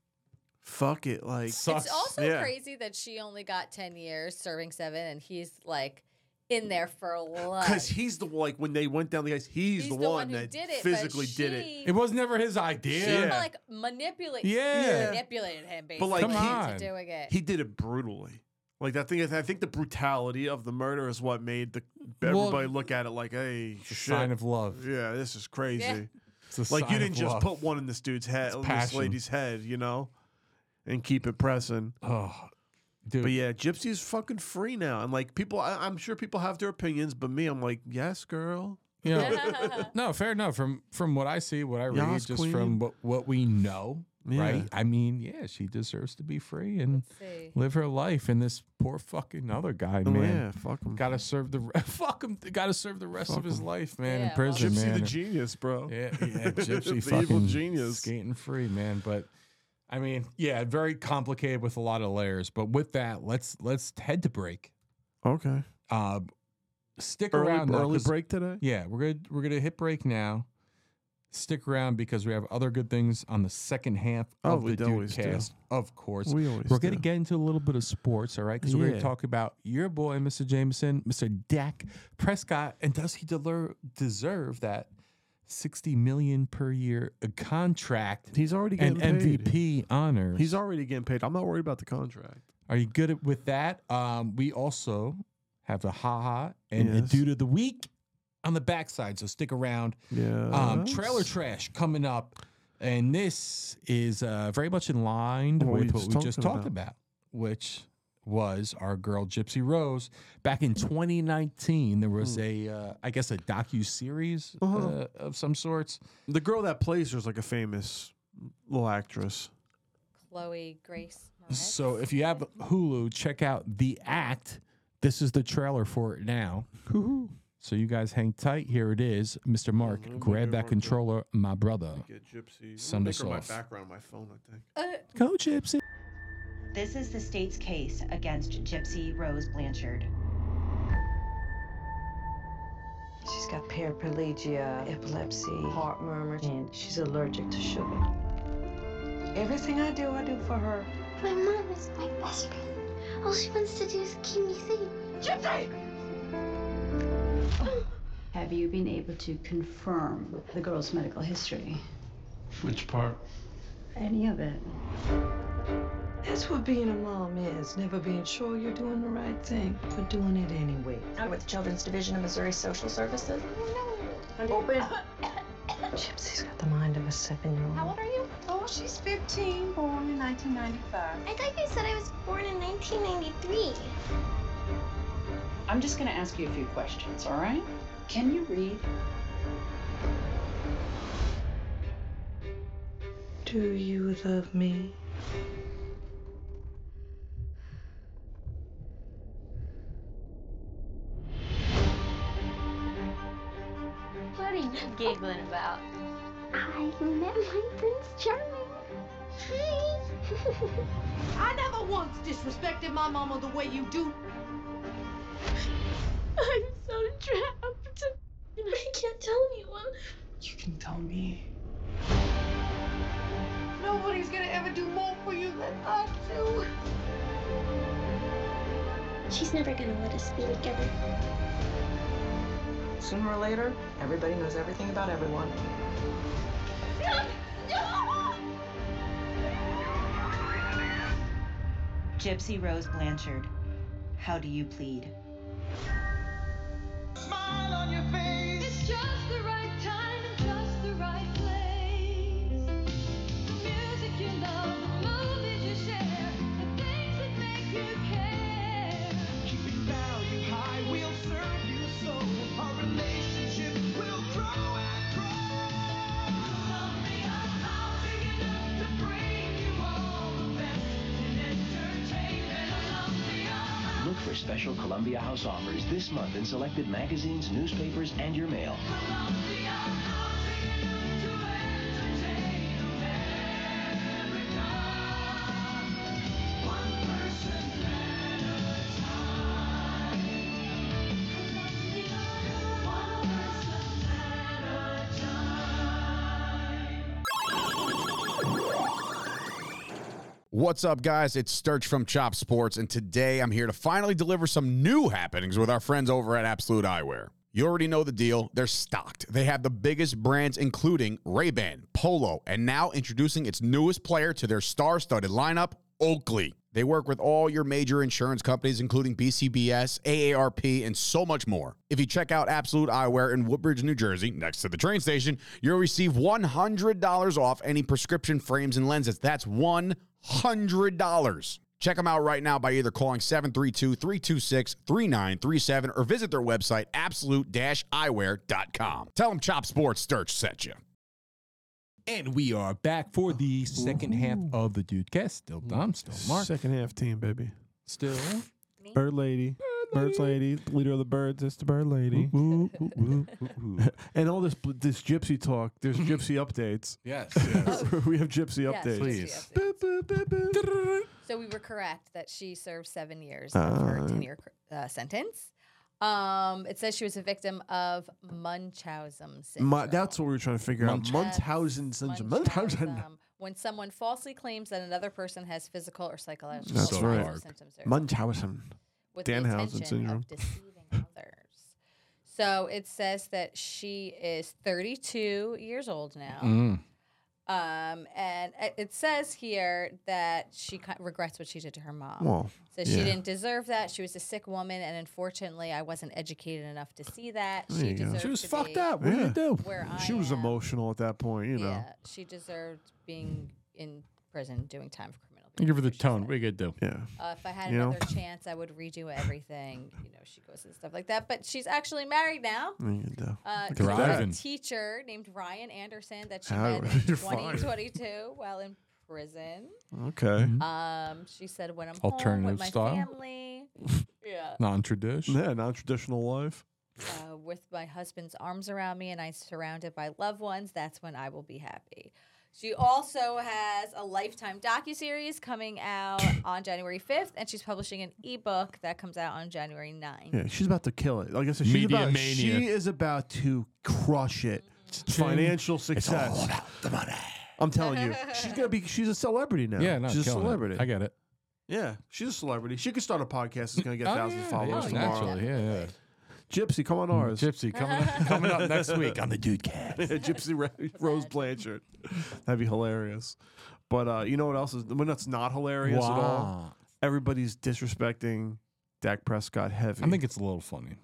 I: fuck it, like
H: sucks.
J: It's also
I: Yeah.
J: crazy that she only got 10 years serving seven and he's like in there for a lot.
I: because he's the like when they went down the ice, he's, the, one,
J: who
I: that
J: did it, but
I: physically did it.
J: she-
H: it was never his
J: She
H: idea.
I: Yeah.
J: like manipulate,
H: Yeah.
J: manipulated him
I: But,
J: basically
I: like,
H: Come
J: into
H: on.
J: doing it.
I: He did it brutally. Like I think I think the brutality of the murder is what made the everybody look at it like, hey,
H: It's a
I: shit,
H: sign of love.
I: yeah, this is crazy.
J: Yeah.
H: It's a
I: Like
H: sign
I: you
H: of
I: didn't just
H: love.
I: put one in this dude's head, in this
H: passion.
I: lady's head, you know, and keep it pressing.
H: Oh, dude.
I: But yeah, Gypsy is fucking free now, and like people, I, I'm sure people have their opinions, but me, I'm like, yes, girl.
H: You know, no, fair enough. From from what I see, what I read,
I: Yas
H: just
I: queen.
H: from what, what we know,
I: Yeah.
H: right? I mean, yeah, she deserves to be free and
J: See.
H: live her life. And this poor fucking other guy,
I: Oh,
H: man,
I: yeah, fuck 'em.
H: gotta serve the re- fuck him. Gotta serve the rest of his life, man,
J: Yeah,
H: in
J: well-
H: prison,
I: Gypsy
H: man.
I: the
H: And-
I: genius, bro.
H: Yeah, yeah, gypsy
I: The
H: fucking
I: evil genius.
H: skating free, man. But I mean, yeah, very complicated with a lot of layers. But with that, let's let's head to break.
I: Okay.
H: Uh, stick around.
I: Early,
H: though,
I: early
H: 'cause-
I: break today.
H: Yeah, we're gonna we're gonna hit break now. Stick around because we have other good things on the second half
I: Oh,
H: of
I: we
H: the
I: always
H: Dude
I: do.
H: Cast, of course.
I: We always
H: we're gonna
I: do.
H: get into a little bit of sports, all right? Because we're
I: Yeah.
H: gonna talk about your boy, Mr. Jameson, Mr. Dak Prescott, and does he deler- deserve that sixty million per year uh, contract
I: He's already
H: and
I: getting paid.
H: MVP honor?
I: He's already getting paid. I'm not worried about the contract.
H: Are you good at, with that? Um, we also have the haha and the
I: Yes.
H: dude of the week on the backside, so stick around.
I: Yeah.
H: Um, trailer trash coming up, and this is uh, very much in line
I: What were
H: with
I: you
H: what
I: just
H: we
I: talking
H: just talked
I: about?
H: about, which was our girl Gypsy Rose back in 2019. There was a, uh, I guess, a docu series uh of some sorts.
I: the girl that plays her's like a famous little actress.
J: Chloe Grace. Moretz.
H: So if you have Hulu, check out The Act. This is the trailer for it now. So you guys hang tight. Here it is, Mr. Mark. Grab that controller, my brother.
I: Get gypsy.
H: Send us off.
I: background, my phone. I think.
H: Go Gypsy.
L: This is the state's case against Gypsy Rose Blanchard. She's got paraplegia, epilepsy, heart murmur, and she's allergic to sugar. Everything I do, I do for her.
M: My mom is my best friend. All she wants to do is keep me safe. Gypsy!
L: Have you been able to confirm the girl's medical history?
N: Which part?
L: Any of it? That's what being a mom is never being sure you're doing the right thing, but doing it anyway.
M: I'm with Children's Division of Missouri Social Services. Open.
L: Gypsy's got the mind of a seven year
M: How old are you?
L: Oh, she's 15, born in 1995.
M: I thought you said I was born in 1993.
L: I'm just going to ask you a few questions, all right? Can you read? Do you love me?
M: What are you giggling about? I met my Prince Charming. Hi.
L: I never once disrespected my mama the way you do.
M: I'm so trapped. And I can't tell anyone.
L: You can tell me. Nobody's going to ever do more for you than I do.
M: She's never gonna let us be together.
L: Sooner or later, everybody knows everything about everyone. Gypsy Rose Blanchard, how do you plead?
D: Smile on your face.
M: It's just the right time and just the right place. The music you love, the movies you share, the things that make you care.
D: Keep it value high. We'll serve you so. Our relationship will grow and grow.
M: Love me unbounding enough to bring you all the best in entertainment. Love me unbounding.
D: Look for special Columbia House offers this month in selected magazines, newspapers, and your mail.
M: Love me unbounding enough to entertain America.
B: What's up, guys? It's Sturch from Chop Sports, and today I'm here to finally deliver some new happenings with our friends over at Absolute Eyewear. You already know the deal. They're stocked. They have the biggest brands, including Ray-Ban, Polo, and now introducing its newest player to their star-studded lineup, Oakley. They work with all your major insurance companies, including BCBS, AARP, and so much more. If you check out Absolute Eyewear in Woodbridge, New Jersey, next to the train station, you'll receive $100 off any prescription frames and lenses. That's $100. Check them out right now by either calling 732 326 3937 or visit their website, absolute eyewear.com. Tell them Chop Sports Sturch sent you.
H: And we are back for the second half of the Dudecast. Still Dom, still Mark.
I: Second half team, baby.
H: Still.
I: Bird lady. Birds lady, leader of the birds, it's the bird lady. and all this this gypsy talk, there's gypsy updates.
H: Yes.
I: we have gypsy
J: Yes,
I: updates.
J: Please. So we were correct that she served seven years of her
I: Ah.
J: 10 year uh, sentence. Um, it says she was a victim of Munchausen syndrome.
I: Mu- that's what we were trying to figure out. Munchausen syndrome. Munchausen.
J: Um, when someone falsely claims that another person has physical or psychological
I: That's
J: symptoms
I: right.
J: or symptoms or
I: Munchausen.
J: with the
I: Danhausen
J: intention
I: syndrome.
J: of deceiving others. So it says that she is 32 years old now.
H: Mm.
J: Um, and it- it says here that she ki- regrets what she did to her mom.
H: Well,
J: so she
H: yeah.
J: didn't deserve that. She was a sick woman, and unfortunately, I wasn't educated enough to see that.
I: There
J: She
I: you go.
J: deserved.
I: She was
J: to
I: fucked
J: be
I: up. What did you do?
J: Where I
I: she was
J: am.
I: emotional at that point, you know.
J: Yeah, she deserved being in prison doing time for criminal.
H: Give her the tone. What are you going to do?
I: Yeah.
J: Uh, if I had
H: You know?
J: another chance, I would redo everything. You know, she goes and stuff like that. But she's actually married now.
I: There you go.
J: Uh,
I: Look
J: to
I: at that.
J: A teacher named Ryan Anderson that she
I: How-
J: met in
I: you're fine.
J: 2022 while in prison.
I: Okay. Mhm.
J: Um, she said, "When I'm home
I: Alternative
J: with my
I: style?
J: family, yeah,
I: Non traditional. Yeah, non traditional life.
J: uh, with my husband's arms around me and I'm surrounded by loved ones, that's when I will be happy. She also has a lifetime docuseries coming out on January 5th, and she's publishing an ebook that comes out on January 9th.
I: Yeah, she's about to kill it. Like I said, she's
H: Media
I: about,
H: mania.
I: she is about to crush it. Financial success. I'm telling you, she's gonna be. She's a celebrity now.
H: Yeah, no,
I: she's a
H: killing it.
I: celebrity.
H: I get it.
I: Yeah, she's a celebrity. She could start a podcast. It's gonna get
H: Oh,
I: thousands
H: yeah,
I: of followers
H: yeah,
I: tomorrow.
H: naturally, yeah, yeah.
I: Gypsy, come on ours.
H: Gypsy, coming up- coming up next week on the Dude Cat.
I: Gypsy Ra- Rose Blanchard. That'd be hilarious. But uh, you know what else is when that's not hilarious at
H: Wow.
I: all? Everybody's disrespecting Dak Prescott heavy.
H: I think it's a little funny.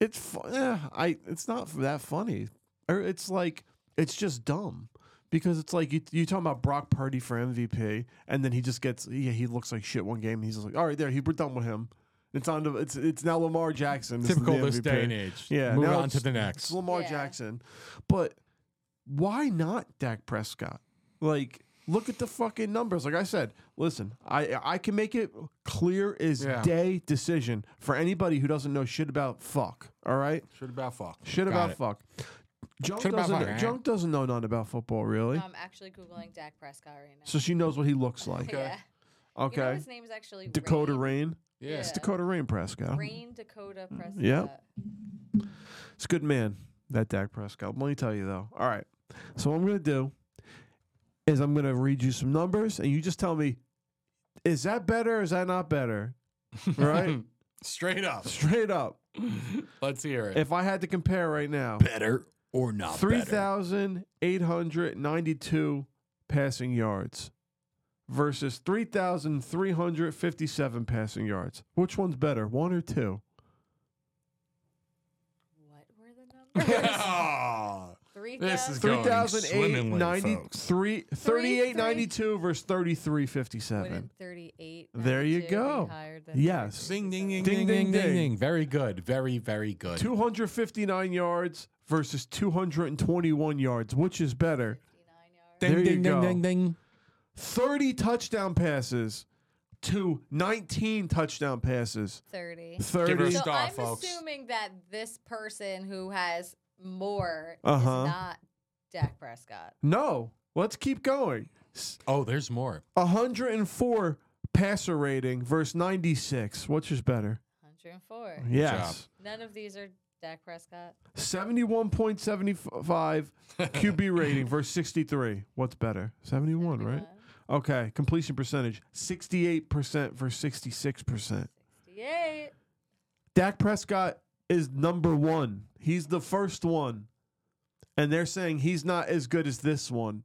I: It's fu- yeah, I it's not that funny. Or it's like it's just dumb because it's like you you talking about Brock Purdy for MVP and then he just gets yeah he looks like shit one game and he's just like all right there he, we're done with him. It's on to it's it's now Lamar Jackson. is
H: Typical
I: the
H: this
I: MVP.
H: day and age.
I: Yeah,
H: Move
I: now
H: on to
I: it's-
H: the next.
I: It's Lamar Jackson, but why not Dak Prescott? Like. Look at the fucking numbers. Like I said, listen, I I can make it clear as
H: Yeah.
I: day decision for anybody who doesn't know shit about fuck. All right,
H: Shit about fuck.
I: Shit
H: Got
I: about
H: it.
I: fuck. Junk
H: Shit about
I: doesn't,
H: fuck, eh?
I: Junk doesn't know nothing about football, really.
J: I'm actually Googling Dak Prescott right
I: so she knows what he looks like.
J: now. Yeah.
I: Okay.
J: You know his name is actually
I: Dakota
J: Rain,
I: Rain.
J: Yeah.
I: It's Dakota Rain Mm, Prescott.
J: Rain Dakota Prescott.
I: Yeah. It's a good man, that Dak Prescott. Let me tell you, though. All right. So, what I'm going to do is I'm going to read you some numbers, and you just tell me, is that better or is that not better? Right?
H: Straight up.
I: Straight up.
H: Let's hear it.
I: If I had to compare right now,
H: better or not better.
I: 3,892 passing yards versus 3,357 passing yards. Which one's better, one or two?
J: Three
H: This is going
I: 3,890
H: swimmingly, folks.
I: three- 3,892 versus 3,357.
J: 38.
I: There you
J: 92 be
I: go.
J: higher than
I: Yes.
H: Ding, ding, ding,
I: Ding, ding,
H: ding, ding, ding,
I: ding.
H: ding. Very good. Very, very good.
I: 259 yards versus 221 yards. Which is better?
H: Ding,
I: There you
H: ding, ding,
I: go.
H: ding, ding.
I: 30 touchdown passes to 19 touchdown passes.
J: 30.
I: 30. Give her a
J: so
I: star,
J: I'm
I: folks.
J: assuming that this person who has more
I: Uh-huh.
J: is not Dak Prescott.
I: No, let's keep going.
H: Oh, there's more.
I: 104 passer rating versus 96. Which is better?
J: 104.
I: Yes.
J: None of these are Dak Prescott.
I: 71.75 QB rating versus 63. What's better? 71, right? Okay, completion percentage 68% for 66%.
J: Yay.
I: Dak Prescott is number one. He's the first one. And they're saying he's not as good as this one.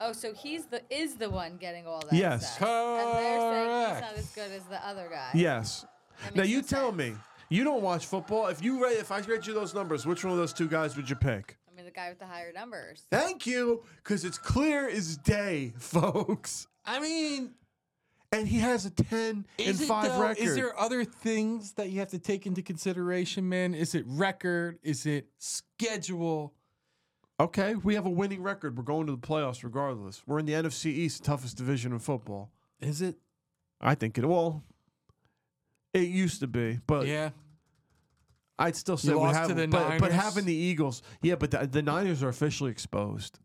J: Oh, so he's the is the one getting all that.
I: Yes.
J: stuff. And they're saying he's
I: Correct.
J: not as good as the other guy.
I: Yes. Now you tell me, you don't watch football. If you read, if I read you those numbers, which one of those two guys would you pick?
J: I mean, the guy with the higher numbers.
I: Thank you, because it's clear as day, folks.
H: I mean,
I: and he has a ten and five record.
H: Is there other things that you have to take into consideration, man? Is it record? Is it schedule?
I: Okay, we have a winning record. We're going to the playoffs regardless. We're in the NFC East, toughest division in football.
H: Is it?
I: I think it will. It used to be, but
H: Yeah.
I: I'd still say we
H: lost
I: have.
H: to the
I: but, but
H: Niners.
I: having the Eagles, yeah, but the, the Niners are officially exposed.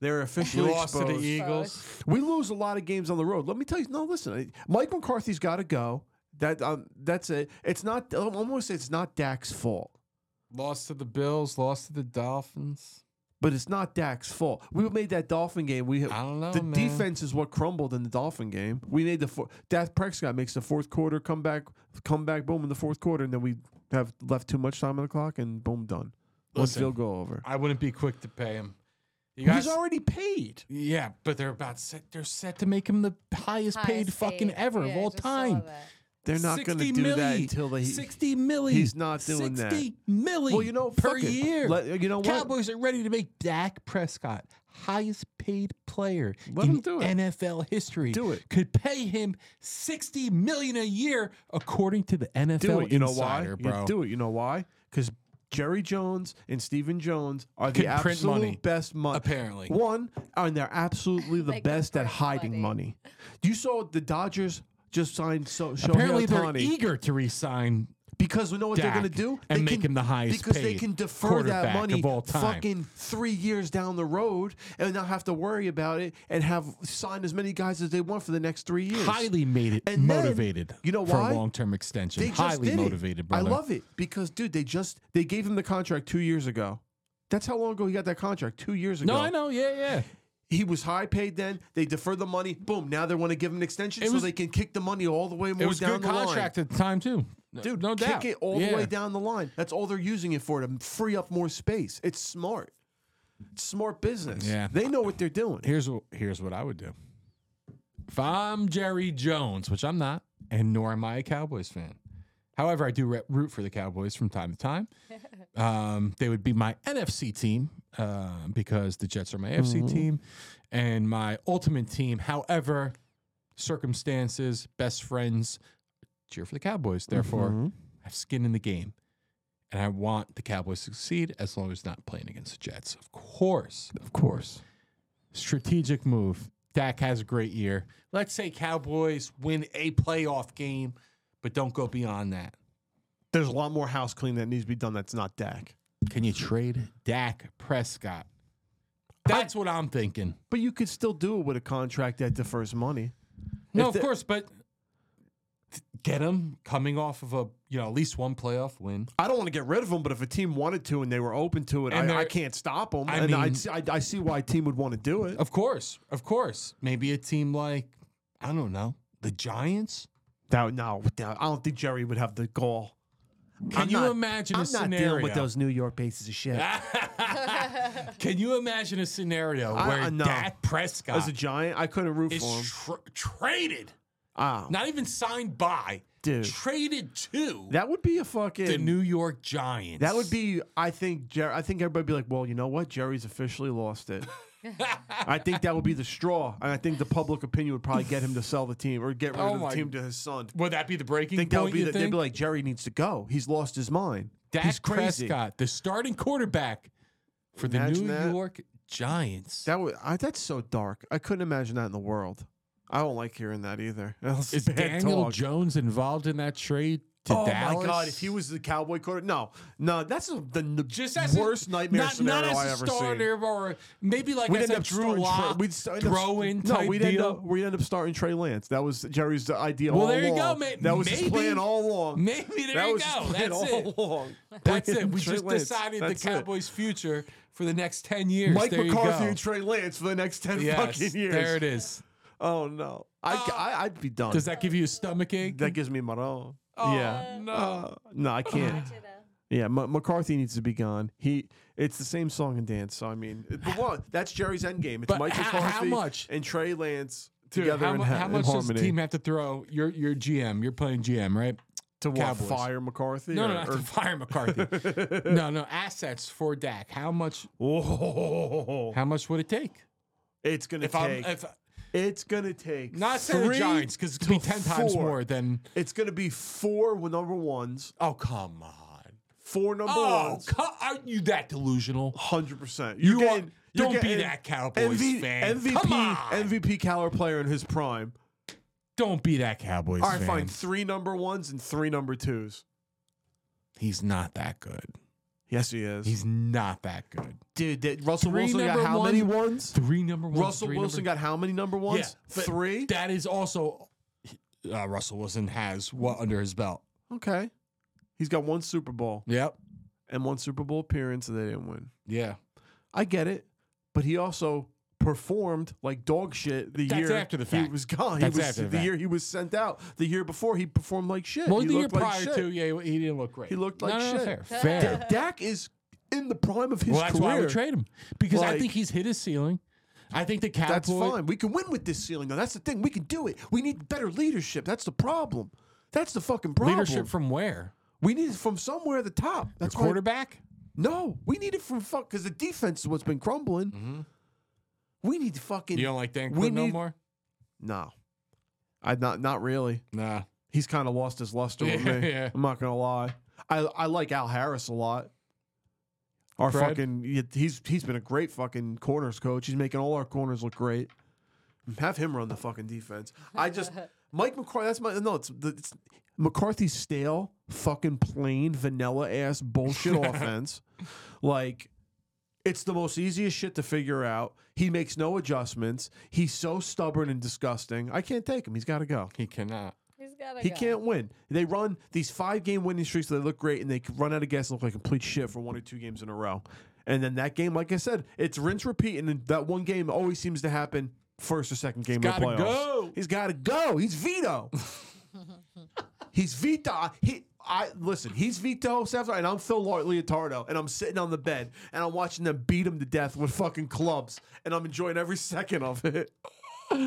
I: They're officially
H: You lost to the
I: exposed.
H: Eagles.
I: We lose a lot of games on the road. Let me tell you. No, listen, I- Mike McCarthy's got to go. That um, that's it. It's not. I'm almost. It's not Dak's fault.
H: Lost to the Bills, lost to the Dolphins.
I: But it's not Dak's fault. We made that Dolphin game. We I
H: don't know.
I: The
H: man.
I: defense is what crumbled in the Dolphin game. We made the four, Dak Prescott makes the fourth quarter comeback, comeback, boom in the fourth quarter, and then we have left too much time on the clock, and boom, done.
H: Listen,
I: One field goal over.
H: I wouldn't be quick to pay him. You
I: He's already paid.
H: Yeah, but they're about set. They're set to make him the highest, paid
J: Highest
H: fucking
J: paid.
H: ever
J: Yeah,
H: of
J: I
H: all
J: just saw
H: time.
J: that.
I: They're not going to
H: 60
I: do that
H: milli.
I: until they.
H: 60 milli.
I: He's not doing that.
H: 60 milli.
I: Well, you know,
H: per
I: fuck it.
H: year.
I: Let- you know what?
H: Cowboys are ready to make Dak Prescott highest paid player
I: Let
H: in
I: him do it.
H: NFL history.
I: Do it.
H: Could pay him 60 million a year according to the NFL
I: do it. You know
H: Insider,
I: why?
H: bro.
I: You do it. You know why? Because Jerry Jones and Stephen Jones are the
H: Can print
I: absolute
H: money,
I: best money.
H: apparently.
I: one, and they're absolutely the
J: They can
I: best at
J: print
I: hiding money. You saw the Dodgers just signed so Shohei
H: Apparently they're
I: Ohtani.
H: eager to re-sign
I: Because we know what they're going to
H: Dak
I: do,
H: and
I: They
H: make
I: can-
H: him the highest
I: Because they
H: paid
I: can defer that
H: quarterback
I: money
H: of all time.
I: fucking three years down the road and not have to worry about it and have signed as many guys as they want for the next three years.
H: highly made it
I: And then,
H: motivated
I: you know
H: for
I: why?
H: a long-term extension.
I: They just
H: highly
I: did It.
H: motivated,
I: I
H: brother.
I: love it because, dude, they just they gave him the contract two years ago. That's how long ago he got that contract. Two years ago.
H: No, I know. Yeah, yeah.
I: He was high paid then. They deferred the money. Boom. Now they want to give him an extension
H: It
I: so
H: was-
I: they can kick the money all the way more
H: It was a
I: down
H: good
I: the line.
H: contract at the time too. No-
I: Dude,
H: no
I: kick
H: doubt.
I: it all
H: Yeah.
I: the way down the line. That's all they're using it for to free up more space. It's smart. It's smart business.
H: Yeah.
I: They know what they're doing.
H: Here's what here's what I would do. If I'm Jerry Jones, which I'm not, and nor am I a Cowboys fan. However, I do re- root for the Cowboys from time to time. Um, they would be my NFC team uh, because the Jets are my AFC team and my ultimate team. However, circumstances, best friends, cheer for the Cowboys. Therefore, I have skin in the game. And I want the Cowboys to succeed as long as not playing against the Jets. Of course.
I: Of course.
H: Strategic move. Dak has a great year. Let's say Cowboys win a playoff game, but don't go beyond that.
I: There's a lot more house cleaning that needs to be done that's not Dak.
H: Can you trade Dak Prescott? That's what I'm thinking.
I: But you could still do it with a contract that defers money.
H: No,
I: If
H: of
I: the-
H: course, but t- get him coming off of a you know at least one playoff win.
I: I don't want to get rid of him, but if a team wanted to and they were open to it,
H: And
I: I, I
H: they're-
I: can't stop them.
H: I
I: and
H: mean-
I: I'd see, I, I see why a team would want to do it.
H: Of course, of course. Maybe a team like I don't know the Giants.
I: Now, no, no, I don't think Jerry would have the goal.
H: Can you imagine a
I: I'm not dealing
H: scenario? Ah.
I: with those New York pieces of shit.
H: Can you imagine a scenario
I: I-
H: where
I: I know.
H: Dak Prescott
I: As a Giant, I couldn't root for him.
H: is tra- traded,
I: Ah,
H: not even signed by,
I: Dude.
H: traded to
I: that would be a fucking.
H: the New York Giants?
I: that would be, I think, Jer- I think everybody'd be like, well, you know what? Jerry's officially lost it. I think that would be the straw, and I think the public opinion would probably get him to sell the team or get rid
H: Oh
I: of the
H: my-
I: team to his son.
H: Would that be the breaking
I: think that
H: point?
I: would be
H: you
I: the, they'd
H: think?
I: be like Jerry needs to go. He's lost his mind.
H: Dak
I: He's crazy.
H: Prescott, the starting quarterback for the
I: Imagine
H: New
I: that.
H: York Giants.
I: That would I, that's so dark. I couldn't imagine that in the world. I don't like hearing that either. That's
H: Is
I: bad
H: Daniel
I: talk.
H: Jones involved in that trade to
I: oh
H: Dallas.
I: my god! If he was the cowboy quarter, no, no, that's the, the
H: just as a-
I: worst nightmare
H: not,
I: scenario
H: not as
I: I
H: a
I: ever
H: starter
I: seen.
H: or maybe like as a Drew
I: starting Trey-
H: Lock
I: we'd start- end up-
H: throw in
I: No,
H: type
I: we'd end
H: deal.
I: up we'd end up starting Trey Lance. That was Jerry's idea.
H: well,
I: all
H: there you go,
I: along.
H: man.
I: That was his plan all along.
H: Maybe there
I: That
H: you
I: was his
H: go.
I: plan
H: That's
I: all
H: it.
I: along.
H: That's
I: Bring
H: it.
I: in
H: We
I: Trey
H: just
I: Lance.
H: decided
I: That's
H: the
I: it.
H: Cowboys' future for the next ten years.
I: Mike
H: There you
I: McCarthy
H: go.
I: and Trey Lance for the next ten
H: Yes,
I: fucking years.
H: There it is.
I: Oh no, I, I I'd be done.
H: Does that give you a stomach ache? Oh,
I: That gives me my own. yeah.
H: no.
I: Uh, no, I can't. Yeah, M- McCarthy needs to be gone. He, it's the same song and dance. So I mean, it- but what? That's Jerry's end game. It's
H: But
I: Mike
H: how- how
I: McCarthy
H: much?
I: and Trey Lance
H: Dude,
I: together
H: how,
I: in,
H: mu-
I: ha-
H: how
I: in
H: much does the
I: harmony
H: team have to throw? Your your GM. You're playing GM, right?
I: to what,
H: Cowboys.
I: fire McCarthy.
H: No,
I: or,
H: no, not to fire McCarthy. no, no assets for Dak. How much?
I: Whoa,
H: How much would it take?
I: it's gonna
H: If I'm
I: take.
H: if
I: it's gonna take
H: not saying the
I: three
H: Giants because it'd be
I: to
H: ten times
I: four.
H: more than.
I: It's gonna be four with number ones,
H: Oh come on!
I: four number
H: Oh,
I: ones.
H: co- aren't you that delusional?
I: Hundred percent.
H: You are- don't be that Cowboys fan.
I: MVP,
H: Come on.
I: MVP caliber player in his prime.
H: Don't be that Cowboys
I: All right,
H: fan.
I: fine. Three number ones and three number twos.
H: He's not that good.
I: Yes, he is.
H: He's not that good.
I: dude. That Russell
H: Three
I: Wilson got
H: number
I: how
H: one-
I: many ones?
H: Three number one.
I: Russell Wilson got how many number ones? Three.
H: That is also uh, Russell Wilson has what under his belt.
I: okay. He's got one Super Bowl
H: Yep.
I: and one Super Bowl appearance that they didn't win.
H: Yeah.
I: I get it, but he also performed like dog shit the
H: That's
I: year
H: after the
I: he
H: fact.
I: was gone.
H: That's
I: he was
H: after the
I: the
H: fact.
I: year he was sent out. The year before he performed like shit.
H: Well,
I: he
H: the year
I: looked like
H: prior
I: shit.
H: to, yeah, he didn't look great.
I: He looked like
H: no, no, no,
I: shit.
H: fair, fair.
I: Da- Dak is in the prime of his
H: well, that's
I: career.
H: why I would trade him because I
I: Like-
H: think he's hit his ceiling. I think the Cowboys.
I: That's fine. We can win with this ceiling, though. That's the thing. We can do it. We need better leadership. That's the problem. That's the fucking problem.
H: Leadership from where?
I: we need it from somewhere at the top.
H: The
I: That's why-
H: quarterback.
I: no, we need it from fuck because the defense is what's been crumbling. We need fucking.
H: Mm-hmm. You don't like Dan
I: we
H: Quinn no
I: need-
H: more?
I: No, I not not really.
H: Nah.
I: He's kind of lost his luster with
H: Yeah,
I: me.
H: yeah.
I: I'm not gonna lie. I I like Al Harris a lot. Our
H: Fred?
I: fucking he's he's been a great fucking corners coach. He's making all our corners look great. Have him run the fucking defense. I just Mike McCarthy. That's my no. It's, the- it's McCarthy's stale, fucking plain vanilla ass bullshit offense. Like it's the most easiest shit to figure out. He makes no adjustments. He's so stubborn and disgusting. I can't take him. He's got to go.
H: He cannot.
J: He's gotta
I: He
J: go.
I: can't win. They run these five game winning streaks. They look great, and they run out of gas and look like complete shit for one or two games in a row. And then that game, like I said, it's rinse repeat, and then that one game always seems to happen first or second game of the
H: gotta
I: playoffs.
H: go.
I: He's got to go. He's Vito. he's Vito. He. I listen. He's Vito Salvatore, and I'm Phil Lord Leotardo, and I'm sitting on the bed, and I'm watching them beat him to death with fucking clubs, and I'm enjoying every second of it.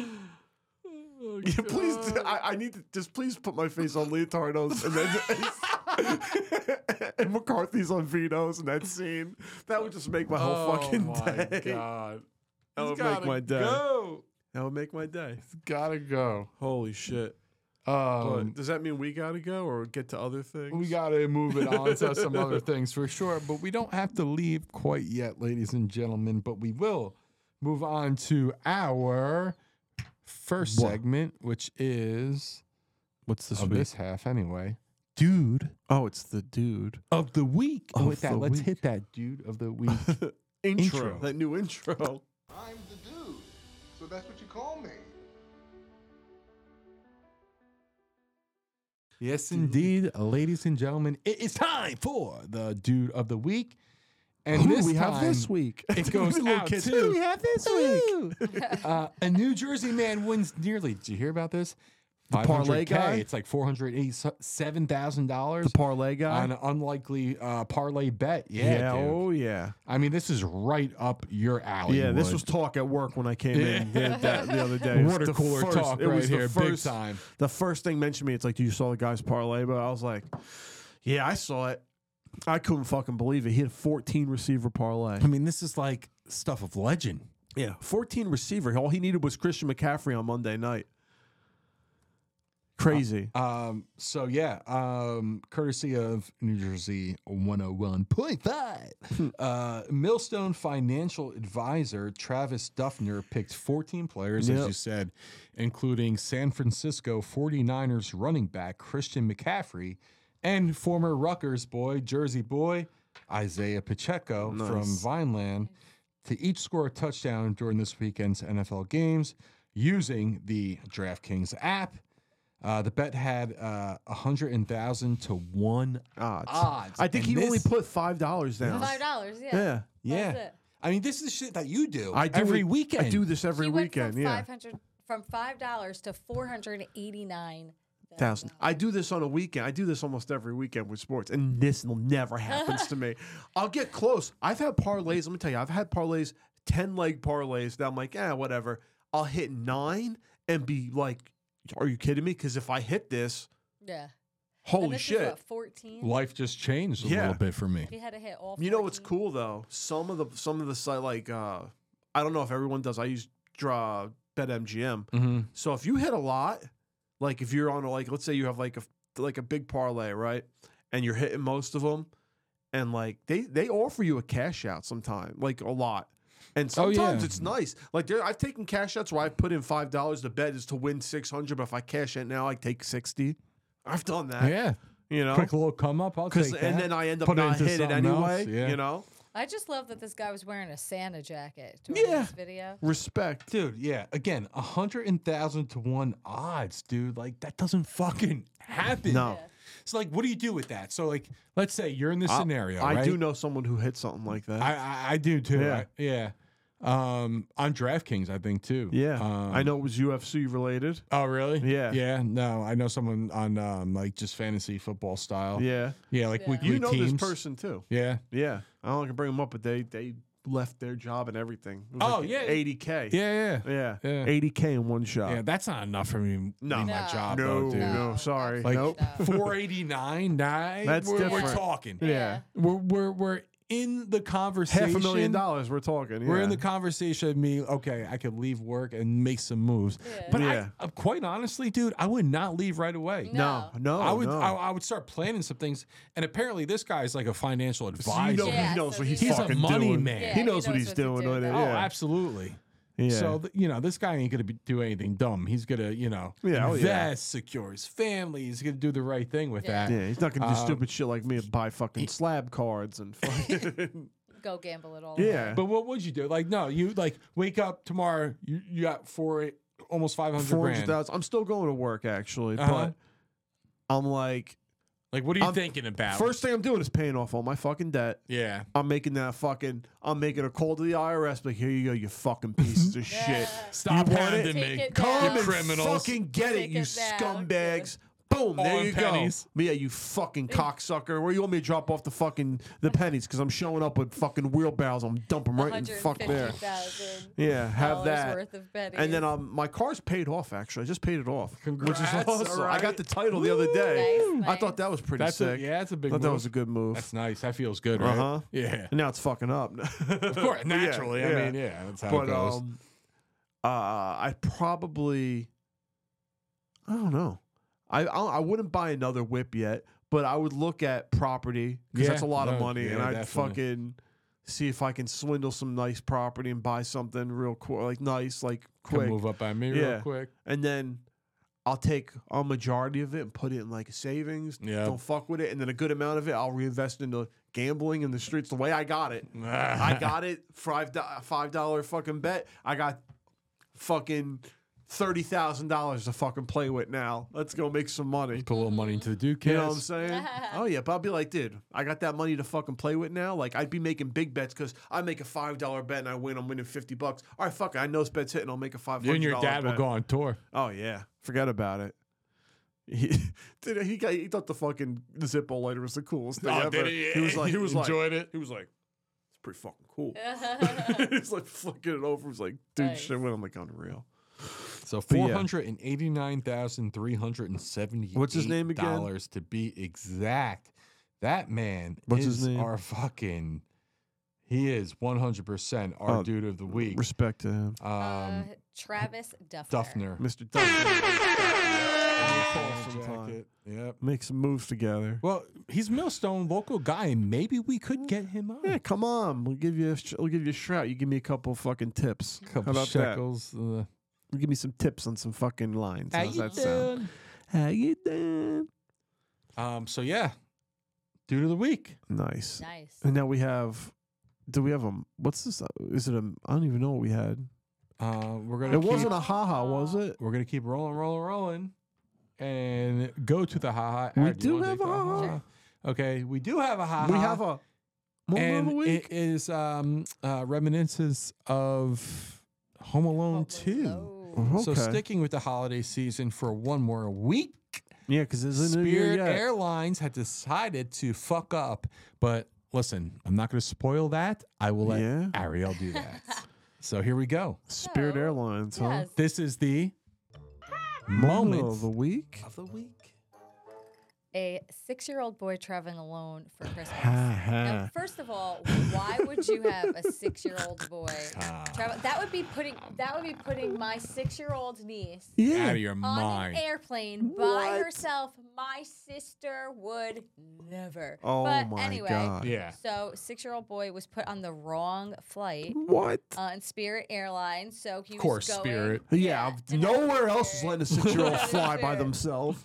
I: Yeah, please. do- I, I need to just please put my face on Leotardo's and then and McCarthy's on Vito's and that scene. That would just make my whole
H: oh
I: fucking
H: my
I: day.
H: god.
I: That would
H: He's
I: make
H: gotta
I: my day.
H: Go.
I: That would make my day.
H: Gotta go.
I: Holy shit!
H: Um,
I: But does that mean we gotta go or get to other things?
H: We got to move it on to some other things for sure, but we don't have to leave quite yet, ladies and gentlemen. But we will move on to our first segment, which is
I: What's
H: of this half anyway
I: dude? Oh, it's the dude
H: of Oh, the week. And
I: Of
H: with that,
I: the
H: let's
I: week.
H: hit that dude of the week.
I: intro.
H: Intro.
I: That new intro.
N: I'm the dude, so that's what you call me.
H: yes, indeed, ladies and gentlemen, it is time for the dude of the week. And
I: Who do
H: this
I: we have this
H: time,
I: week?
H: It goes
I: Little
H: out
I: kids,
H: to
I: Who do we have this week?
H: uh, a New Jersey man wins nearly. Did you hear about this? The
I: parlay guy?
H: It's like four hundred eighty-seven thousand
I: The
H: dollars
I: parlay guy.
H: on an unlikely uh, parlay bet. Yeah, dude.
I: Oh yeah.
H: I mean, this is right up your alley.
I: Yeah, this
H: Wood.
I: was talk at work when I came in the, that- the other day.
H: water
I: It's the
H: cooler
I: first-
H: talk right
I: the
H: here,
I: first-
H: big time.
I: The first thing mentioned me, it's like, "Do you saw the guy's parlay?" But I was like, "Yeah, I saw it." I couldn't fucking believe it. He had a 14 receiver parlay.
H: I mean, this is like stuff of legend.
I: Yeah, 14 receiver. All he needed was Christian McCaffrey on Monday night. Crazy.
H: Um, so yeah, um, courtesy of New Jersey
I: Hmm.
H: 101.5, uh, Millstone financial advisor Travis Duffner picked 14 players, as
I: Yep.
H: you said, including San Francisco 49ers running back Christian McCaffrey and former Rutgers boy, Jersey boy, Isaiah Pacheco from
I: Nice.
H: Vineland to each score a touchdown during this weekend's NFL games using the DraftKings app. Uh, the bet had uh, 100,000 to 1 odds.
I: I think
H: And
I: he only
H: this-
I: put five dollars down.
J: Five dollars, yeah.
I: Yeah.
J: That was
H: Yeah.
J: it.
K: I mean, this is shit that you do.
I: I do
K: every
I: it-
K: weekend.
I: I do this every
J: He went
I: weekend.
J: from
I: yeah.
J: five hundred from five dollars to four hundred and eighty nine.
I: thousand. I do this on a weekend. I do this almost every weekend with sports, and this will never happens to me. I'll get close. I've had parlays. Let me tell you, I've had parlays, ten leg parlays. That I'm like, ah, whatever. I'll hit nine and be like, are you kidding me? Because if I hit this,
J: Yeah. And
I: holy
J: this is,
I: shit.
J: what, Fourteen.
H: Life just changed a
I: Yeah.
H: little bit for me.
J: He had to hit all.
I: You know what's cool though? Some of the some of the site like uh, I don't know if everyone does. I use draw BetMGM.
H: Mhm.
I: So if you hit a lot, like if you're on a, like let's say you have like a like a big parlay, right? And you're hitting most of them, and like they they offer you a cash out sometime, like a lot. And
H: Oh, yeah.
I: sometimes it's nice. Like there, I've taken cash outs where I put in five dollars. The bet is to win six hundred, but if I cash it now, I take sixty. I've done that.
H: Yeah.
I: you know,
H: Quick little come up. I'll
I: because
H: take
I: and
H: that,
I: then I end up
H: put
I: not
H: into
I: hit it
H: something else,
I: anyway.
H: yeah.
I: You know,
J: I just love that this guy was wearing a Santa jacket during
I: Yeah.
J: this video.
I: respect.
H: Dude, yeah. Again, a hundred and thousand to one odds, dude. Like that doesn't fucking happen.
I: No.
K: So, like, what do you do with that? So, like,
H: Let's say you're in this
I: I-
H: scenario.
I: I
H: right?
I: do know someone who hit something like that.
H: I, I, I do too.
I: Yeah.
H: I- yeah. Um, on DraftKings, I think too.
I: yeah,
H: Um,
I: I know it was UFC related.
H: Oh, really?
I: Yeah.
H: Yeah. No, I know someone on um, like just fantasy football style.
I: Yeah,
H: Yeah, like weekly
I: you know
H: teams.
I: this person too.
H: Yeah.
I: Yeah, I don't can bring them up, but they they left their job and everything. It was
H: Oh,
I: like
H: yeah.
I: eighty k.
H: Yeah. Yeah.
I: yeah,
H: Yeah.
I: eighty k in one shot.
H: Yeah, that's not enough for me.
I: No.
H: leave
J: No.
H: my job,
I: no,
H: though, dude.
I: no,
J: No,
I: sorry,
H: Like
I: nope.
H: 489, nine.
I: That's
H: we're, We're
I: different.
H: talking.
I: Yeah.
H: We're we're we're in the conversation.
I: half a million dollars. We're talking.
H: We're in
I: yeah.
H: the conversation of me, okay, I could leave work and make some moves. But
I: Yeah.
H: I, uh, quite honestly, dude, I would not leave right away.
I: no, no.
H: I would
I: No.
H: I, I would start planning some things. And apparently this guy is like a financial
I: So you
H: advisor.
I: know
J: Yeah,
I: he knows
J: so
I: what he's,
J: he's-
H: He's a
I: fucking
H: money
I: doing.
H: man. Yeah,
I: he
J: he
I: knows what
J: knows
I: he's
J: what to
I: doing.
J: do
I: with it,
J: with
H: Oh,
I: yeah.
H: absolutely.
I: Yeah.
H: So th- you know this guy ain't gonna be, do anything dumb. He's gonna you know
I: Yeah, oh, yeah.
H: invest, secure his family. He's gonna do the right thing with that.
I: yeah, he's not gonna do
H: Um,
I: stupid shit like me and buy fucking slab cards and fucking
J: Go gamble it all.
I: yeah.
H: But what would you do? Like no, you like wake up tomorrow. You, you got four almost five hundred
I: four hundred
H: grand.
I: thousand. I'm still going to work actually,
H: Uh-huh.
I: but I'm like,
H: Like what are you
I: I'm-
H: thinking about?
I: Um, first thing I'm doing is paying off all my fucking debt.
H: yeah.
I: I'm making that fucking. I'm making a call to the IRS. Like, here you go, you fucking pieces of shit.
H: Stop
I: You want
H: hounding
I: it?
J: Take
H: me.
J: it
H: Come
J: down.
I: Come
H: you
I: and
H: criminals.
I: fucking get it,
J: Take
I: you
J: it down.
I: scumbags. Boom, there
H: All
I: you
H: pennies.
I: go. Yeah, you fucking cocksucker. Where you want me to drop off the fucking the pennies? Because I'm showing up with fucking wheelbarrows. I'm dumping right in fuck there. Yeah, have
J: dollars
I: that.
J: worth of betting.
I: and then um, my car's paid off. Actually, I just paid it off. Which is
H: Congrats,
I: awesome. I got
H: alright.
I: the title the other day.
J: Nice,
I: I thought
J: nice.
I: that was pretty
H: That's a,
I: sick.
H: yeah, that's a big.
I: thought
H: move.
I: that was a good move.
H: That's nice. That feels good, right?
I: uh huh.
H: Yeah.
I: And now it's fucking up.
H: Of course, naturally. I mean, yeah, that's how
I: but
H: it goes.
I: um, uh, I probably, I don't know. I I I wouldn't buy another whip yet, but I would look at property because that's a
H: Yeah,
I: lot of
H: no,
I: money, and
H: yeah,
I: I'd
H: definitely.
I: fucking see if I can swindle some nice property and buy something real quick, like nice, like
H: Can
I: quick,
H: move up by me real
I: Yeah.
H: quick.
I: and then. I'll take a majority of it and put it in like savings.
H: Yeah.
I: Don't fuck with it. And then a good amount of it, I'll reinvest into gambling in the streets the way I got it. I got it five do- five dollar fucking bet. I got fucking thirty thousand dollars to fucking play with now. Let's go make some money.
H: Put a little money into the Duke
I: You know what I'm saying? oh yeah, but I'll be like, dude, I got that money to fucking play with now. Like I'd be making big bets because I make a five dollar bet and I win. I'm winning fifty bucks. All right, fuck it. I know this bet's hitting. I'll make a five.
H: You and your dad will go on tour.
I: Oh yeah, forget about it. He, dude, he got he thought the fucking the Zippo lighter was the coolest
H: Oh,
I: thing ever. was like, like-
H: it.
I: he was like, it's pretty fucking cool.
J: Uh,
I: He's like flicking it over. He's like, dude,
J: Nice.
I: shit went on like unreal.
H: So
I: yeah.
H: four hundred and eighty nine thousand three hundred and seventy.
I: What's his name again?
H: Dollars to be exact. That man
I: What's
H: is
I: his name?
H: our fucking. He is one hundred percent our
I: Oh,
H: dude of the week.
I: Respect to him,
H: Um,
J: Travis Duffner.
H: Duffner.
I: Mr. Duncan.
H: Jacket. Yep.
I: Make some moves together.
H: Well, he's Millstone local guy, and maybe we could get him on.
I: yeah, come on. We'll give you a sh- we'll give you a shout. You give me a couple fucking tips. How about
H: shekels. uh,
I: that? Give me some tips on some fucking lines.
H: How
I: How's
H: you
I: that sound?
H: doing?
I: How you doing?
H: Um, so yeah, dude of the week.
I: Nice.
J: Nice.
I: And now we have. Do we have a? What's this? Is it a? I don't even know what we had.
H: Uh, we're gonna.
I: It
H: keep-
I: wasn't a haha, was it?
H: We're gonna keep rolling, rolling, rolling, and go to the haha.
I: We
H: Alright, you
I: do
H: wanna
I: have
H: take
I: a
H: the
I: haha.
H: Okay, we do have a haha.
I: We have a. Moment of
H: and
I: the week.
H: it is um, uh, reminiscences of Home Alone Two. So
I: Okay.
H: sticking with the holiday season for one more week.
I: yeah, because isn't
H: Spirit
I: yet.
H: Airlines had decided to fuck up, but listen, I'm not going to spoil that. I will let
I: Yeah.
H: Ariel do that. so here we go.
I: Spirit Airlines, huh?
J: yes.
H: This is the
I: Moment
H: moment
I: of the week.
H: of the week.
J: a six-year-old boy traveling alone for Christmas.
I: Ha,
J: Now,
I: ha.
J: first of all, why would you have a six-year-old boy travel? That would be putting that would be putting my six-year-old niece
I: Yeah.
H: Out of your
J: on
H: mind.
J: an airplane by herself. My sister would never.
I: Oh
J: but
I: my
J: anyway,
I: God.
H: Yeah.
J: So six-year-old boy was put on the wrong flight
I: What?
J: on uh, Spirit Airlines. So he
H: Of course,
J: was going,
H: Spirit.
I: Yeah,
J: and
I: nowhere else is letting a six year old
J: Another
I: fly by
J: spirit.
I: themselves.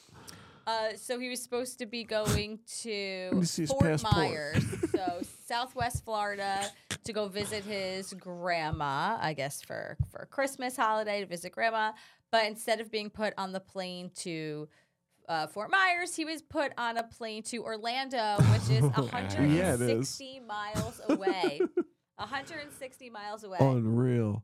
J: Uh, so he was supposed to be going to
I: Let me see his
J: Fort
I: passport.
J: Myers, so Southwest Florida, to go visit his grandma. I guess for for Christmas holiday to visit grandma. But instead of being put on the plane to uh, Fort Myers, he was put on a plane to Orlando, which is
I: Yeah, it is.
J: 160 miles away. 160 miles away,
I: Unreal.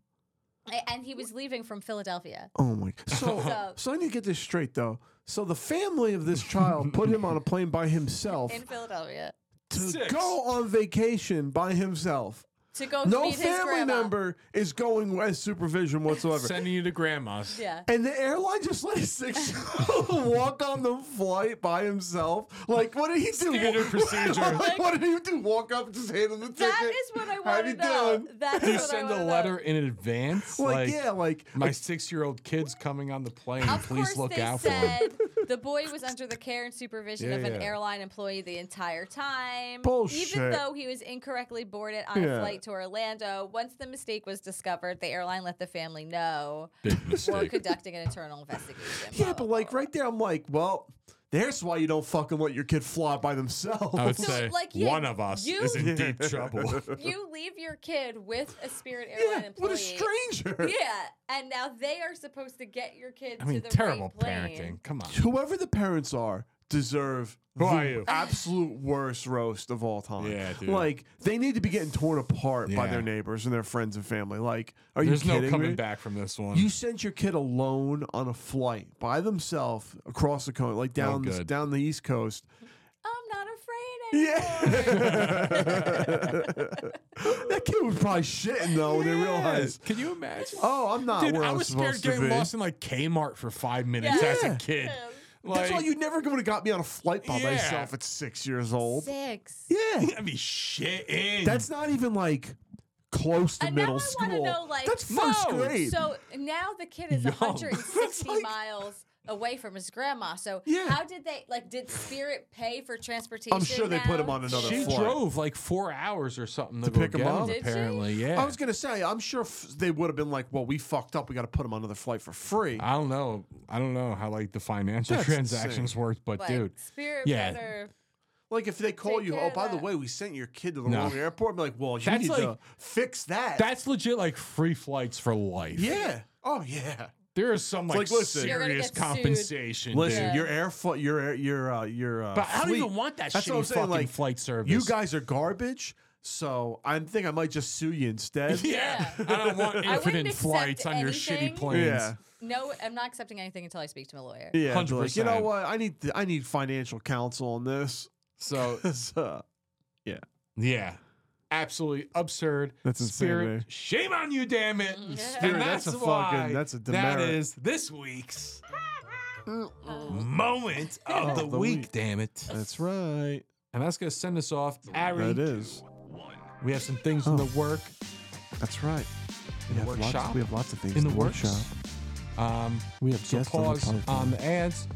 J: A- and he was leaving from Philadelphia.
I: Oh my. So,
J: So-
I: so I need to get this straight though. So the family of this child put him on a plane by himself
J: In Philadelphia
I: to go on vacation by himself.
J: Oh, to go
I: No
J: meet his
I: family
J: grandma.
I: member is going as supervision whatsoever.
H: Sending you to grandma's.
J: Yeah.
I: And the airline just let a six walk on the flight by himself. Like, what did he do?
H: Standard procedure.
I: Like, what did he do? Walk up, just hand him the ticket.
J: That is what I
I: How
J: want
I: you
J: to know.
I: doing?
J: That's
H: Do you
J: what
H: send
J: I wanna
H: a letter in advance?
I: Like, yeah, like
H: My six-year-old kid's coming on the plane.
J: Know. Of
H: Please
J: course,
H: look
J: they
H: out for him.
J: said the boy was under the care and supervision
H: Yeah,
J: of an
H: yeah.
J: airline employee the entire time.
I: Bullshit.
J: Even though he was incorrectly boarded on
I: Yeah.
J: a flight to Orlando, once the mistake was discovered, the airline let the family know
H: Big
J: we're
H: mistake.
J: conducting an internal investigation.
I: Yeah,
J: blah,
I: but
J: blah,
I: like
J: blah.
I: right there, I'm like, well, there's why you don't fucking let your kid fly by themselves.
H: I would
J: So,
H: say
J: like, yeah,
H: one of us
J: you-
H: is in deep trouble.
J: You leave your kid with a Spirit Airline
I: yeah,
J: employee.
I: what a stranger.
J: Yeah, and now they are supposed to get your kid
H: I mean,
J: to the
H: terrible
J: right plane.
H: parenting. Come on.
I: Whoever the parents are deserve
H: Who
I: the
H: are you?
I: absolute worst roast of all time.
H: Yeah, dude.
I: Like they need to be getting torn apart by
H: Yeah.
I: their neighbors and their friends and family. Like, are
H: There's
I: you
H: no
I: kidding
H: coming
I: me?
H: back from this one.
I: You sent your kid alone on a flight by themselves across the coast, like down the,
H: good.
I: down the East Coast.
J: I'm not afraid anymore.
I: Yeah. that kid was probably shitting though when they realized
H: Can you imagine?
I: Oh, I'm not
H: Dude,
I: where
H: I
I: I'm
H: was
I: supposed
H: scared
I: to
H: getting
I: be.
H: lost in like Kmart for five minutes
J: Yeah.
H: as a
I: Yeah.
H: kid.
I: That's why
H: Like,
I: you never would have got me on a flight by
H: Yeah.
I: myself at six years old.
J: Six.
I: Yeah,
H: I'd be shitting.
I: that's not even like close to
J: And now
I: middle
J: I wanna
I: school.
J: know, like,
I: that's first
H: no.
I: grade.
J: So now the kid is
H: Young.
J: 160
I: It's like-
J: miles away from his grandma. So
I: Yeah.
J: how did they like? Did Spirit pay for transportation?
I: I'm sure they put him on another
H: she
I: flight.
H: drove like four hours or something to,
I: To
H: go
I: pick 'em
H: get
I: up?
J: Did she?
H: Apparently, yeah.
I: I was gonna say, I'm sure f- they would have been like, "Well, we fucked up. We got to put him on another flight for free."
H: I don't know. I don't know how like the financial
I: That's
H: transactions worked, but
J: But
H: dude,
J: Spirit
H: yeah.
J: better.
I: like if they call
J: Take
I: you,
J: care
I: "Oh,
J: of
I: by the
J: that."
I: way, we sent your kid to the
H: No.
I: wrong airport," I'm like, "Well, you
H: That's
I: need to
H: like-
I: fix that."
H: that's legit like free flights for life.
I: yeah. Oh yeah.
H: there is some
I: It's
H: like,
I: like, listen- You're
J: gonna
H: serious
J: get sued.
H: compensation.
I: Listen,
H: dude.
I: your air flight, your air, your uh, your. Uh,
H: But I don't
I: fleet-
H: even want that
I: That's what
H: shitty
I: I'm saying.
H: fucking
I: like
H: flight service.
I: You guys are garbage, so I think I might just sue you instead.
H: yeah.
J: Yeah.
H: I don't want
J: wouldn't
H: infinite
J: accept
H: flights on your shitty
J: anything.
H: planes.
I: yeah,
J: No, I'm not accepting anything until I speak to my lawyer.
I: yeah. I'd be Like, you know
H: 100%.
I: what? I need th- I need financial counsel on this.
H: So
I: So,
H: Yeah. Absolutely absurd.
I: That's insane to me.
H: Spirit, shame on you, damn it.
J: Mm, yeah.
I: Spirit,
H: and that's,
I: that's a
H: why
I: fucking- that's a
H: That
I: demerit.
H: is this week's moment of the,
I: Oh, the
H: week,
I: week.
H: damn it.
I: that's right.
H: And that's going to send us off.
I: That
H: Ari,
I: is.
H: we have some things in
I: Oh.
H: the work,
I: That's right. We have,
H: workshop?
I: lots, we have lots of things
H: in the
I: workshop.
H: workshop. Um,
I: We have
H: so
I: guests on the
H: pause on the,
I: pipeline.
H: ads.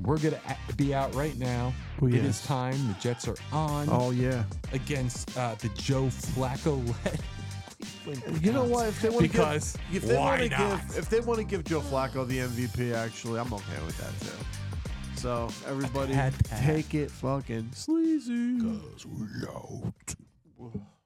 H: We're going to be out right now.
I: Oh,
H: It
I: yes.
H: is time. The Jets are on
I: Oh yeah.
H: against uh, the Joe Flacco led. Cleveland
I: You know what? If they want to
H: Because
I: give, if they
H: why
I: wanna
H: not?
I: give, if they want to give Joe Flacco the MVP, actually, I'm okay with that too. So everybody,
K: Pat, pat.
I: take it fucking sleazy.
K: Cause we out.